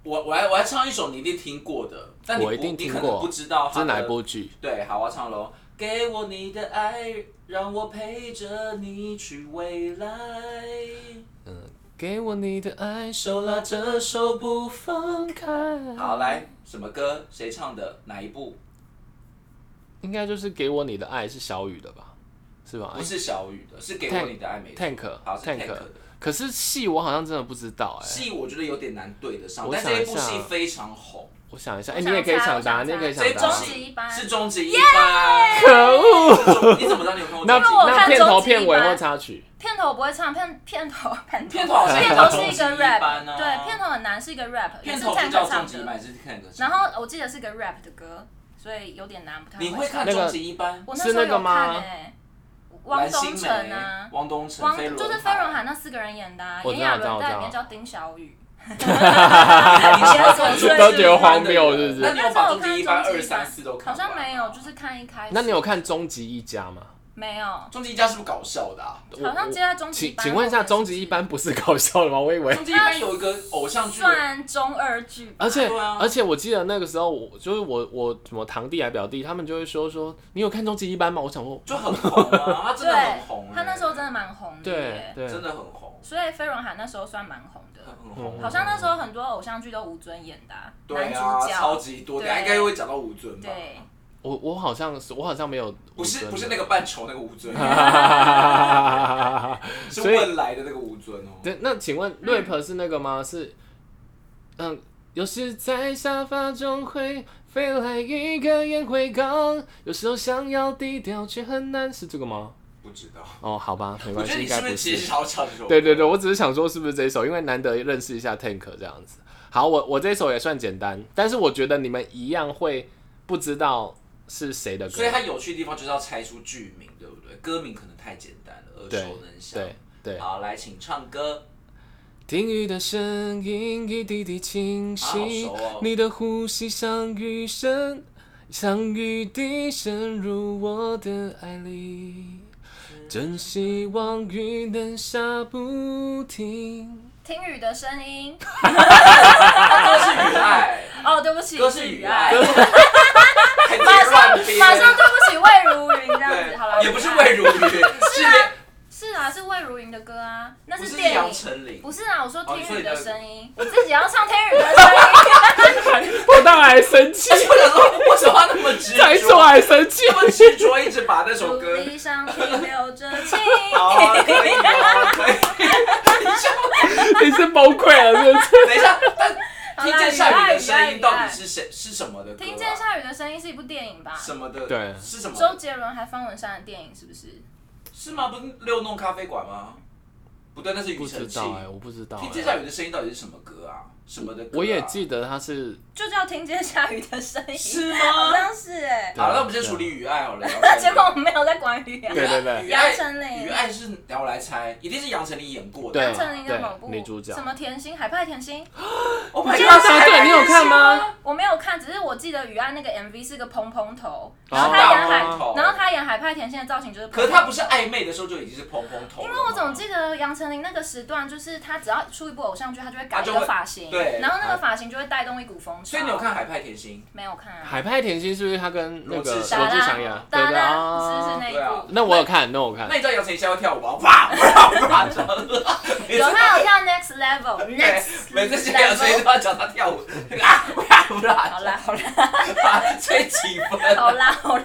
Speaker 3: 我我来我来唱一首你一定听过的，但你不
Speaker 2: 我一定听
Speaker 3: 你可能
Speaker 2: 过
Speaker 3: 不知道
Speaker 2: 这
Speaker 3: 它
Speaker 2: 是哪
Speaker 3: 的
Speaker 2: 一部剧？
Speaker 3: 对，好，我要唱喽。给我你的爱，让我陪着你去未来。
Speaker 2: 嗯，给我你的爱，
Speaker 3: 手拉着手不放。
Speaker 2: 松开。
Speaker 3: 好，来，什么歌？谁唱的？哪一部？
Speaker 2: 应该就是给我你的爱是小雨的吧？是吧？哎
Speaker 3: 不是小雨的，是给我你的爱没错
Speaker 2: Tank
Speaker 3: 好是 Tank
Speaker 2: Tank
Speaker 3: 的。
Speaker 2: 可是戏我好像真的不知道哎、
Speaker 3: 戏我觉得有点难对得上，
Speaker 2: 我
Speaker 3: 但
Speaker 2: 想
Speaker 3: 这一
Speaker 2: 一
Speaker 3: 部
Speaker 2: 下
Speaker 3: 戏非常红，
Speaker 2: 我想一下，哎、
Speaker 1: 我
Speaker 2: 你
Speaker 1: 想
Speaker 2: 也可以
Speaker 1: 猜
Speaker 2: 抢
Speaker 1: 我
Speaker 2: 答，
Speaker 1: 想
Speaker 2: 你也可以
Speaker 1: 猜
Speaker 2: 抢
Speaker 3: 这一部
Speaker 1: 终
Speaker 2: 答。
Speaker 1: 极一班
Speaker 3: 戏是终极一班。
Speaker 2: 可恶！
Speaker 3: 这种你怎么知道你有看过
Speaker 2: 那
Speaker 3: 终极一
Speaker 1: 我
Speaker 3: 班？
Speaker 2: 那
Speaker 1: 看
Speaker 2: 片头
Speaker 1: 终极一
Speaker 2: 片尾或
Speaker 1: 班
Speaker 2: 插曲，
Speaker 1: 片头我不会唱，片片 头片
Speaker 3: 片头好像
Speaker 1: 片
Speaker 3: 叫
Speaker 1: 头是一
Speaker 3: 终
Speaker 1: 个
Speaker 3: 极一
Speaker 1: rap，
Speaker 3: 班啊
Speaker 1: 对，片头很难，是一个 rap，也
Speaker 3: 片
Speaker 1: 是
Speaker 3: 头就
Speaker 1: Tank
Speaker 3: 叫终
Speaker 1: 唱
Speaker 3: 极一
Speaker 1: 的。
Speaker 3: 班，是 Tank 唱的。
Speaker 1: 然后我记得是个 rap 的歌，所以有点难，不太
Speaker 3: 你会看
Speaker 2: 那个
Speaker 3: 终极一班？
Speaker 1: 我时候
Speaker 2: 是那个
Speaker 1: 有
Speaker 2: 吗
Speaker 1: 看诶，汪
Speaker 3: 蓝心
Speaker 1: 东
Speaker 3: 湄
Speaker 1: 城啊，
Speaker 3: 汪东城，
Speaker 1: 汪
Speaker 3: 飞轮
Speaker 1: 就是飞 轮海那四个人演的啊，
Speaker 2: 我
Speaker 1: 炎
Speaker 2: 知道
Speaker 1: 亚
Speaker 2: 我知道
Speaker 1: 纶在里面
Speaker 2: 我知道
Speaker 1: 叫丁小雨，
Speaker 3: 你现 在看
Speaker 1: 对
Speaker 2: 都觉得荒谬是不
Speaker 3: 那
Speaker 2: 是？
Speaker 3: 你有把终极一班二三四都看
Speaker 1: 好
Speaker 3: 完吗
Speaker 1: 像没有，就是看一开始。
Speaker 2: 那你有看《终极一家》吗？
Speaker 1: 没有？好
Speaker 3: 终极一家是不是搞笑的啊？
Speaker 1: 像接在终极
Speaker 2: 请
Speaker 1: 班，
Speaker 2: 请问一下，《终极一班》不是搞笑的吗？我以为
Speaker 3: 终。极一班有一个偶像剧的，
Speaker 1: 算中二剧吧，
Speaker 2: 而且、
Speaker 3: 对啊
Speaker 2: 而且我记得那个时候，我就是我我什么堂弟还表弟，他们就会说说你有看《终极一班》吗？我想
Speaker 1: 嗯
Speaker 2: 说，
Speaker 3: 就很红啊，他真的很红
Speaker 1: 对
Speaker 3: 欸，
Speaker 1: 他那时候真的蛮红的
Speaker 2: 对
Speaker 1: 耶，
Speaker 2: 对，
Speaker 3: 真的很红，
Speaker 1: 所以飞轮海那时候算蛮红的，
Speaker 3: 很红
Speaker 2: 嗯
Speaker 1: 好。像那时候很多偶像剧都吴尊演的啊、
Speaker 3: 对
Speaker 1: 男
Speaker 3: 啊，
Speaker 1: 主
Speaker 3: 超
Speaker 1: 角，
Speaker 3: 级多，
Speaker 1: 对
Speaker 3: 等一下应该会讲到吴尊吧？
Speaker 1: 对，
Speaker 2: 我我好像是我好像没有，
Speaker 3: 不是不是那
Speaker 2: 个。
Speaker 3: 个 扮丑那个吴尊，是
Speaker 2: 所以
Speaker 3: 问来的那个吴尊哦。
Speaker 2: 对，那请问 rap 是那个吗？是，嗯，有时在沙发中会飞来一个烟灰缸，有时候想要低调却很难，是这个吗？
Speaker 3: 不知道，
Speaker 2: 哦，好吧，没
Speaker 3: 我
Speaker 2: 关
Speaker 3: 觉
Speaker 2: 系，
Speaker 3: 得你
Speaker 2: 应
Speaker 3: 是
Speaker 2: 该
Speaker 3: 不是
Speaker 2: 不
Speaker 3: 其实
Speaker 2: 是。
Speaker 3: 想要唱这首歌？
Speaker 2: 对对对，我只是想说是不是这一首，因为难得认识一下 Tank 这样子。好，我我这一首也算简单，但是我觉得你们一样会不知道是谁的歌。
Speaker 3: 所以它有趣的地方就是要猜出剧名，对不对？歌名可能太简单了，耳
Speaker 2: 对
Speaker 3: 熟能详。
Speaker 2: 对对，
Speaker 3: 好，来，请唱歌。
Speaker 2: 听雨的声音一滴滴清晰，
Speaker 3: 啊好熟哦
Speaker 2: 你的呼吸像雨声，像雨滴渗入我的爱里。真希望雨能下不停。
Speaker 1: 听雨的声音。
Speaker 3: 歌是雨爱，
Speaker 1: 哦，对不起，
Speaker 3: 歌是雨
Speaker 1: 雨
Speaker 3: 爱
Speaker 1: 爱，。
Speaker 3: 还直接乱编
Speaker 1: 马上对不起魏如云这样子，好了，
Speaker 3: 对，也不是 魏如云，是连
Speaker 1: 是啊，是魏如云的歌啊，那
Speaker 3: 不是
Speaker 1: 电
Speaker 3: 杨
Speaker 1: 影。
Speaker 3: 丞琳
Speaker 1: 不。是啊，我说
Speaker 3: 哦你
Speaker 1: 听
Speaker 3: 说
Speaker 1: 雨
Speaker 3: 你的
Speaker 1: 的声音，我自己要唱听雨的声音，
Speaker 2: 我当然还生气
Speaker 3: 而，且 我想说，为什么要那么执
Speaker 2: 再
Speaker 3: 着
Speaker 2: 说？还生气。
Speaker 3: 这么执着，一直把那首
Speaker 1: 竹
Speaker 3: 歌。
Speaker 1: 篱上停留着青。
Speaker 3: 好啊，可以啊，可以。
Speaker 2: 你是崩溃了，是不是？
Speaker 3: 等一下，但听见下雨的声音
Speaker 1: 好啦
Speaker 3: 到
Speaker 1: 雨爱
Speaker 3: 底是谁是什么的歌啊？
Speaker 1: 听见下雨的声音是一部电影吧？
Speaker 3: 什么的？
Speaker 2: 对
Speaker 3: 是什
Speaker 1: 周
Speaker 3: 么？
Speaker 1: 杰伦还方文山的电影是不是？
Speaker 3: 是吗？不是六弄咖啡馆吗？不对，那是
Speaker 2: 不
Speaker 3: 庾
Speaker 2: 知
Speaker 3: 澄
Speaker 2: 道哎、
Speaker 3: 庆。
Speaker 2: 我不知道、
Speaker 3: 听见
Speaker 2: 哎
Speaker 3: 下雨的声音到底是什么歌啊？什么的歌啊？
Speaker 2: 我也记得他是
Speaker 1: 就叫听见下雨的声音，
Speaker 3: 是
Speaker 1: 好
Speaker 3: 吗？
Speaker 1: 像是哎。
Speaker 3: 好了，那我们先处理雨爱好了。
Speaker 1: 那 结果我们没有在管雨啊
Speaker 2: 对对对
Speaker 3: 雨爱
Speaker 1: 杨丞琳
Speaker 3: 雨爱是，然后我来猜，一定是杨丞琳演过的。
Speaker 2: 对
Speaker 1: 杨丞琳的某部
Speaker 2: 对女主角
Speaker 1: 什么甜心海派甜心，
Speaker 3: 我拍
Speaker 2: 啊对你有看吗？
Speaker 1: 我没有看，只是我记得雨爱那个 MV 是个蓬蓬头，
Speaker 2: 哦
Speaker 1: 然后她演海，
Speaker 2: 蓬
Speaker 3: 头
Speaker 1: 然后她演海派甜心的造型就是蓬蓬
Speaker 3: 可
Speaker 1: 头。
Speaker 3: 是他不是啊暧昧的时候就已经是蓬蓬头了吗，
Speaker 1: 因为我总记得杨丞琳那个时段，就是她只要出一部偶像剧，她就会改
Speaker 3: 她
Speaker 1: 一
Speaker 3: 啊就会
Speaker 1: 个发型，
Speaker 3: 对
Speaker 1: 然后那个发型就会带动一股风潮。
Speaker 3: 所以你有看《海派甜心
Speaker 1: 没有看啊？
Speaker 2: 海派甜心，是不是他跟那个
Speaker 3: 罗
Speaker 2: 罗
Speaker 3: 志
Speaker 2: 志
Speaker 3: 祥
Speaker 2: 祥啊呀，对
Speaker 1: 达
Speaker 2: 对
Speaker 1: 拉是
Speaker 2: 啊
Speaker 1: 不是。那一
Speaker 3: 对啊
Speaker 1: 部？
Speaker 2: 那我有看，那我有看
Speaker 3: 那，你知道杨丞琳现在会跳舞吗？ 哇哇哇！这样子你知
Speaker 1: 有啊
Speaker 3: 道
Speaker 1: 他有跳 next level
Speaker 3: 对
Speaker 1: next，
Speaker 3: 每次去杨丞琳都要教她 跳舞，啊哇哇！
Speaker 1: 好啦好啦
Speaker 3: 哇，吹几分
Speaker 1: 好
Speaker 3: 啊？
Speaker 1: 啦好啦，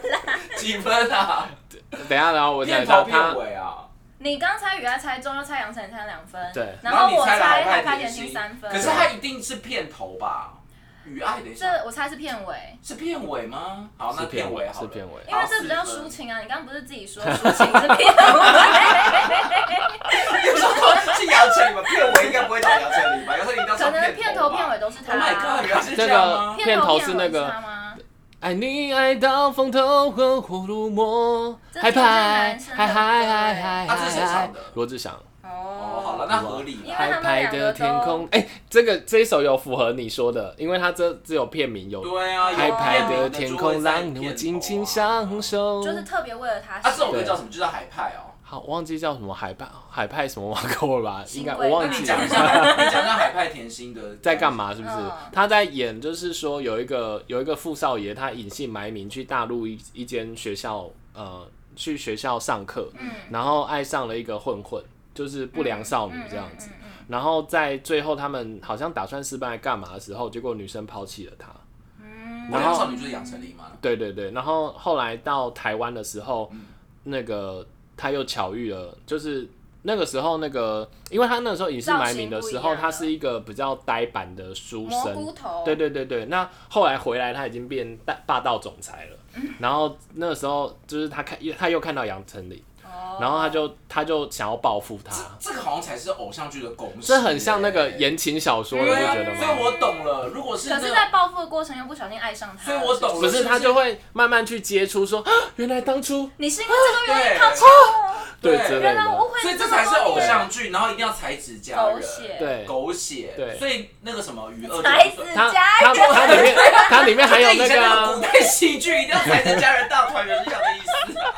Speaker 3: 几分啊？
Speaker 2: 等一下，然后我再
Speaker 3: 片
Speaker 2: 找
Speaker 3: 头
Speaker 2: 他
Speaker 3: 片，尾啊！
Speaker 1: 你刚猜雨爱猜中，又猜杨丞琳猜两分，
Speaker 2: 对
Speaker 1: 然后
Speaker 3: 你
Speaker 1: 我
Speaker 3: 猜了
Speaker 1: 猜
Speaker 3: 海
Speaker 1: 海
Speaker 3: 派
Speaker 1: 派
Speaker 3: 甜
Speaker 1: 甜
Speaker 3: 心
Speaker 1: 心三分，
Speaker 3: 可是他一定是片头吧？雨爱等一下，
Speaker 1: 这我猜是片尾。
Speaker 3: 是片尾吗？好，那
Speaker 2: 是片
Speaker 3: 尾
Speaker 2: 尾，
Speaker 3: 好
Speaker 2: 是
Speaker 3: 了，
Speaker 2: 片尾。
Speaker 1: 因为这比较
Speaker 3: 好四分
Speaker 1: 抒情啊，你刚刚不是自己 说抒情是片尾，
Speaker 3: 有时候 是杨丞琳吧，片尾应该不会讲杨丞琳吧？杨丞琳一定要
Speaker 1: 可
Speaker 3: 唱
Speaker 1: 能片头
Speaker 3: 吧
Speaker 1: 片尾都是
Speaker 3: Oh my god，
Speaker 1: 他。
Speaker 3: 原来是这样吗？
Speaker 1: 片头
Speaker 2: 片头是那
Speaker 1: 片
Speaker 2: 个
Speaker 1: 尾他吗？
Speaker 2: 爱你爱到风头昏火入魔，
Speaker 1: 这
Speaker 2: 嗨
Speaker 1: 是
Speaker 2: 嗨
Speaker 1: 男生的哎
Speaker 2: 嗨嗨嗨嗨
Speaker 3: 啊这是谁
Speaker 2: 嗨
Speaker 3: 唱的！
Speaker 2: 罗志祥，
Speaker 3: 哦，好了，
Speaker 1: 哦，
Speaker 3: 那合理
Speaker 1: 因为
Speaker 3: 了。
Speaker 1: 他
Speaker 2: 海
Speaker 1: 们
Speaker 2: 派
Speaker 1: 两个
Speaker 2: 的
Speaker 1: 都
Speaker 2: 天空，哎，这个这一首有符合你说的，因为它这只有片名有。
Speaker 3: 对啊，有
Speaker 2: 海派
Speaker 3: 片名
Speaker 2: 的天空让我尽情享。受。
Speaker 1: 就是特别为了他
Speaker 3: 啊，这首
Speaker 1: 写
Speaker 3: 歌
Speaker 1: 的
Speaker 3: 叫什么？就叫海派哦。
Speaker 2: 好，忘记叫什么海派海派什么网购了吧？
Speaker 1: 新
Speaker 2: 应该
Speaker 1: 贵
Speaker 2: 我
Speaker 3: 那
Speaker 2: 忘
Speaker 3: 你
Speaker 2: 记
Speaker 3: 讲一
Speaker 2: 了。
Speaker 3: 下，你讲一下海派甜心的
Speaker 2: 在干？嘛？是不是
Speaker 1: 嗯？
Speaker 2: 他在演，就是说有一个有一个富少爷，他隐姓埋名去大陆一一间学校，呃，去学校上课，
Speaker 1: 嗯
Speaker 2: 然后爱上了一个混混，就是不良少女这样子。
Speaker 1: 嗯嗯嗯嗯
Speaker 2: 然后在最后他们好像打算失败干嘛的时候，结果女生抛弃了他。
Speaker 1: 嗯
Speaker 3: 我
Speaker 2: 然
Speaker 3: 两
Speaker 2: 后
Speaker 3: 少女就是杨丞琳嘛。
Speaker 2: 对对对，然后后来到台湾的时候，
Speaker 1: 嗯
Speaker 2: 那个他又巧遇了，就是那个时候那个，因为他那时候隐姓埋名的时
Speaker 1: 造型不一
Speaker 2: 候，
Speaker 1: 样的
Speaker 2: 他是一个比较呆板的书
Speaker 1: 蘑菇
Speaker 2: 生。
Speaker 1: 头，
Speaker 2: 对对对对，那后来回来他已经变大霸道总裁了，然后那时候就是他看他又看到杨丞琳，
Speaker 1: 哦，
Speaker 2: 然后他就他就想要报复他，
Speaker 3: 这这个好像才是偶像剧的公 式，
Speaker 2: 这很像那个
Speaker 3: 欸
Speaker 2: 言情小说，你
Speaker 3: 对
Speaker 2: 不
Speaker 3: 啊
Speaker 2: 觉得
Speaker 3: 所以
Speaker 2: 吗？
Speaker 3: 我懂了，如果是
Speaker 1: 可
Speaker 3: 那
Speaker 1: 是，
Speaker 3: 个，
Speaker 1: 在报复的过程又不小心爱上他，
Speaker 3: 所以我懂了，
Speaker 2: 不是他
Speaker 3: 不
Speaker 2: 就会慢慢去接触，说啊原来当初
Speaker 1: 你是因为这个原
Speaker 3: 对
Speaker 1: 因抛弃我，
Speaker 2: 对
Speaker 3: 对
Speaker 2: 之类
Speaker 1: 原来我
Speaker 2: 的，
Speaker 1: 误会
Speaker 3: 所以
Speaker 1: 你
Speaker 3: 这
Speaker 1: 么多
Speaker 3: 才
Speaker 1: 年
Speaker 3: 是偶像剧，然后一定要才子佳人，
Speaker 1: 狗血，，
Speaker 2: 对，
Speaker 3: 狗血，
Speaker 2: 对
Speaker 3: 所以那个什么娱乐
Speaker 1: 才子
Speaker 2: 他
Speaker 1: 佳
Speaker 2: 他
Speaker 1: 人，
Speaker 2: 他里面他里 面还有
Speaker 3: 以
Speaker 2: 那
Speaker 3: 前
Speaker 2: 个
Speaker 3: 那
Speaker 2: 啊、
Speaker 3: 个古代戏剧一定要才子佳人大团圆是这样的意 思啊，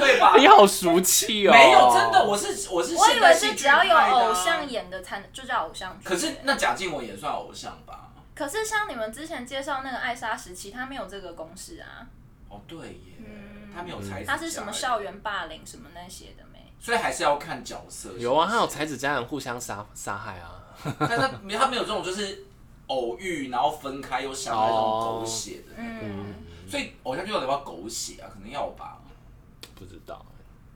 Speaker 3: 对吧？
Speaker 2: 你好俗气哦！
Speaker 3: 没有，真的，我是我是
Speaker 1: 我以
Speaker 3: 现代
Speaker 1: 为
Speaker 3: 戏
Speaker 1: 是
Speaker 3: 剧
Speaker 1: 只要有
Speaker 3: 派的啊
Speaker 1: 偶像，演的才就叫偶像剧，
Speaker 3: 可是那贾静雯也算偶像吧？
Speaker 1: 可是像你们之前介绍那个艾莎时期，他没有这个公式啊，
Speaker 3: 哦，对耶
Speaker 1: 嗯，
Speaker 3: 他没有才子，
Speaker 1: 他是什么校？园霸凌什么那些的没？
Speaker 3: 所以还是要看角色。
Speaker 2: 有啊，
Speaker 3: 是
Speaker 2: 还
Speaker 3: 不
Speaker 2: 有
Speaker 3: 是
Speaker 2: 才子佳人互相杀杀害啊，
Speaker 3: 但他没他没有这种就是偶遇然后分开又相爱这种狗血的，
Speaker 1: 嗯，
Speaker 3: 所以偶像剧到底要不要狗血啊？可能要吧。
Speaker 2: 不知道。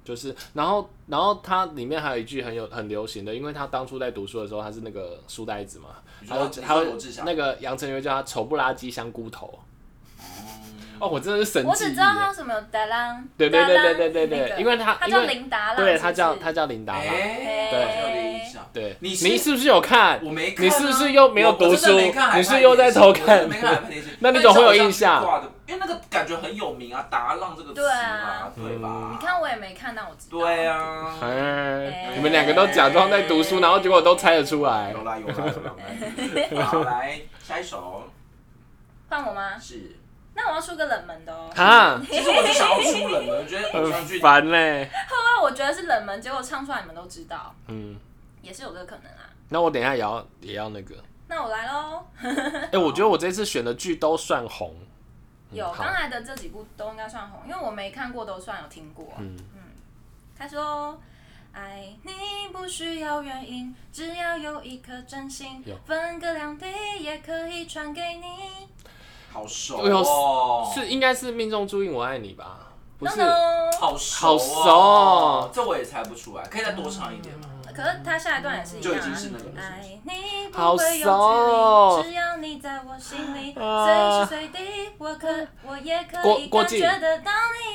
Speaker 2: 就是，然后，然后他里面还有一句很有很流行的，因为他当初在读书的时候，他是那个书呆子嘛，
Speaker 3: 你
Speaker 2: 他
Speaker 3: 说
Speaker 2: 会
Speaker 3: 你
Speaker 2: 他
Speaker 3: 说
Speaker 2: 会
Speaker 3: 罗志祥
Speaker 2: 那个杨丞琳会叫他丑不拉几香菇头。哦，我真的是神
Speaker 1: 我只
Speaker 2: 记忆耶
Speaker 1: 知道他什么达浪，
Speaker 2: 对对对
Speaker 1: 达浪
Speaker 2: 对对对对
Speaker 1: 那个
Speaker 2: 因为他
Speaker 1: 他
Speaker 2: 因
Speaker 1: 叫
Speaker 2: 为
Speaker 1: 林达浪，
Speaker 2: 对
Speaker 1: 是不
Speaker 2: 他
Speaker 1: 是
Speaker 2: 叫他叫琳达嘛，
Speaker 3: 哎，
Speaker 1: 对
Speaker 3: 好像有点印象。
Speaker 2: 啊对，
Speaker 3: 你
Speaker 2: 你
Speaker 3: 是
Speaker 2: 是不是有看？
Speaker 3: 我没看啊、
Speaker 2: 你是不是又没有读
Speaker 3: 我真
Speaker 2: 书？
Speaker 3: 的没看海派
Speaker 2: 你
Speaker 3: 电视
Speaker 2: 是又在偷
Speaker 3: 我真的
Speaker 2: 看？
Speaker 3: 没看海派电视
Speaker 2: 那你总会有印象
Speaker 3: 但是偶像剧挂的，因为那个感觉很有名啊，“达浪”这个词啊，对
Speaker 2: 对啊
Speaker 3: 吧？
Speaker 1: 你，看我也没看，但我知道。
Speaker 3: 对啊，
Speaker 2: 哎，你们两个都假装在读书，然后结果都猜得出来
Speaker 3: 有。啦有啦有啦有啦。好，来下一首
Speaker 1: 换我吗？
Speaker 3: 是，
Speaker 1: 那我要出个冷门的哦。
Speaker 2: 啊，
Speaker 3: 其实我是想要出冷门，我觉得偶像
Speaker 2: 很
Speaker 3: 剧
Speaker 2: 烦嘞。
Speaker 1: 后来我觉得是冷门，结果唱出来你们都知道，
Speaker 2: 嗯，
Speaker 1: 也是有这个可能啊。
Speaker 2: 那我等一下也要也要那个。
Speaker 1: 那我来喽，
Speaker 3: 嗯
Speaker 2: 哎，我觉得我这次选的剧都算红。嗯
Speaker 1: 有
Speaker 2: 好
Speaker 1: 刚才的这几部都应该算红，因为我没看过都算有听过。
Speaker 2: 嗯
Speaker 1: 他说。爱你不需要原因，只要有一颗真心
Speaker 2: 有，
Speaker 1: 分个两地也可以传给你。
Speaker 3: 好熟
Speaker 2: 哎呦
Speaker 3: 哦，
Speaker 2: 是应该是命中注定我爱你吧？不是，
Speaker 1: No，no
Speaker 3: 好熟
Speaker 2: 好熟哦
Speaker 3: 这我也猜不出来，可以再多唱一点吗？
Speaker 2: 嗯
Speaker 1: 可是他下一段也是一
Speaker 3: 就
Speaker 1: 样
Speaker 3: 已
Speaker 1: 啊。
Speaker 3: 经是那个了。
Speaker 1: 爱你不
Speaker 2: 好
Speaker 1: 会有距
Speaker 2: 骚哦
Speaker 1: 离，只要你在我心里，随
Speaker 2: 啊
Speaker 1: 时随地，我可我也可
Speaker 2: 郭
Speaker 1: 以
Speaker 2: 郭
Speaker 1: 感
Speaker 2: 靖
Speaker 1: 觉得到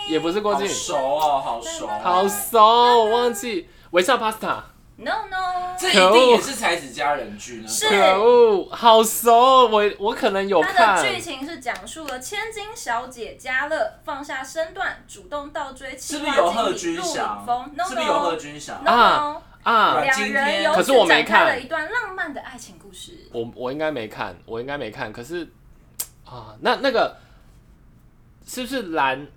Speaker 1: 你。
Speaker 2: 也不是郭
Speaker 3: 好
Speaker 2: 靖，
Speaker 3: 熟哦，好熟，
Speaker 2: 好熟，我忘记微笑 pasta。
Speaker 1: No no，
Speaker 3: 这一定也是才子佳人剧呢。
Speaker 1: 是
Speaker 2: 可恶，好熟，我我可能有
Speaker 1: 它
Speaker 2: 看
Speaker 1: 的。剧情是讲述了千金小姐嘉乐放下身段，主动倒追
Speaker 3: 是
Speaker 1: 青
Speaker 3: 不
Speaker 1: 蛙
Speaker 3: 是有
Speaker 1: 经
Speaker 3: 贺
Speaker 1: 理
Speaker 3: 军
Speaker 1: 陆
Speaker 3: 翔
Speaker 1: 敏峰？No no，
Speaker 3: 是不是有贺军翔
Speaker 1: No
Speaker 2: 啊
Speaker 1: no，
Speaker 2: 啊，
Speaker 3: 阮
Speaker 1: 两
Speaker 3: 经
Speaker 1: 人
Speaker 3: 天
Speaker 1: 由
Speaker 2: 可
Speaker 1: 此
Speaker 2: 是我没
Speaker 1: 展开
Speaker 2: 看
Speaker 1: 了一段浪漫的爱情故事。
Speaker 2: 我我应该没看，我应该没看。可是啊，那那个是不是蓝？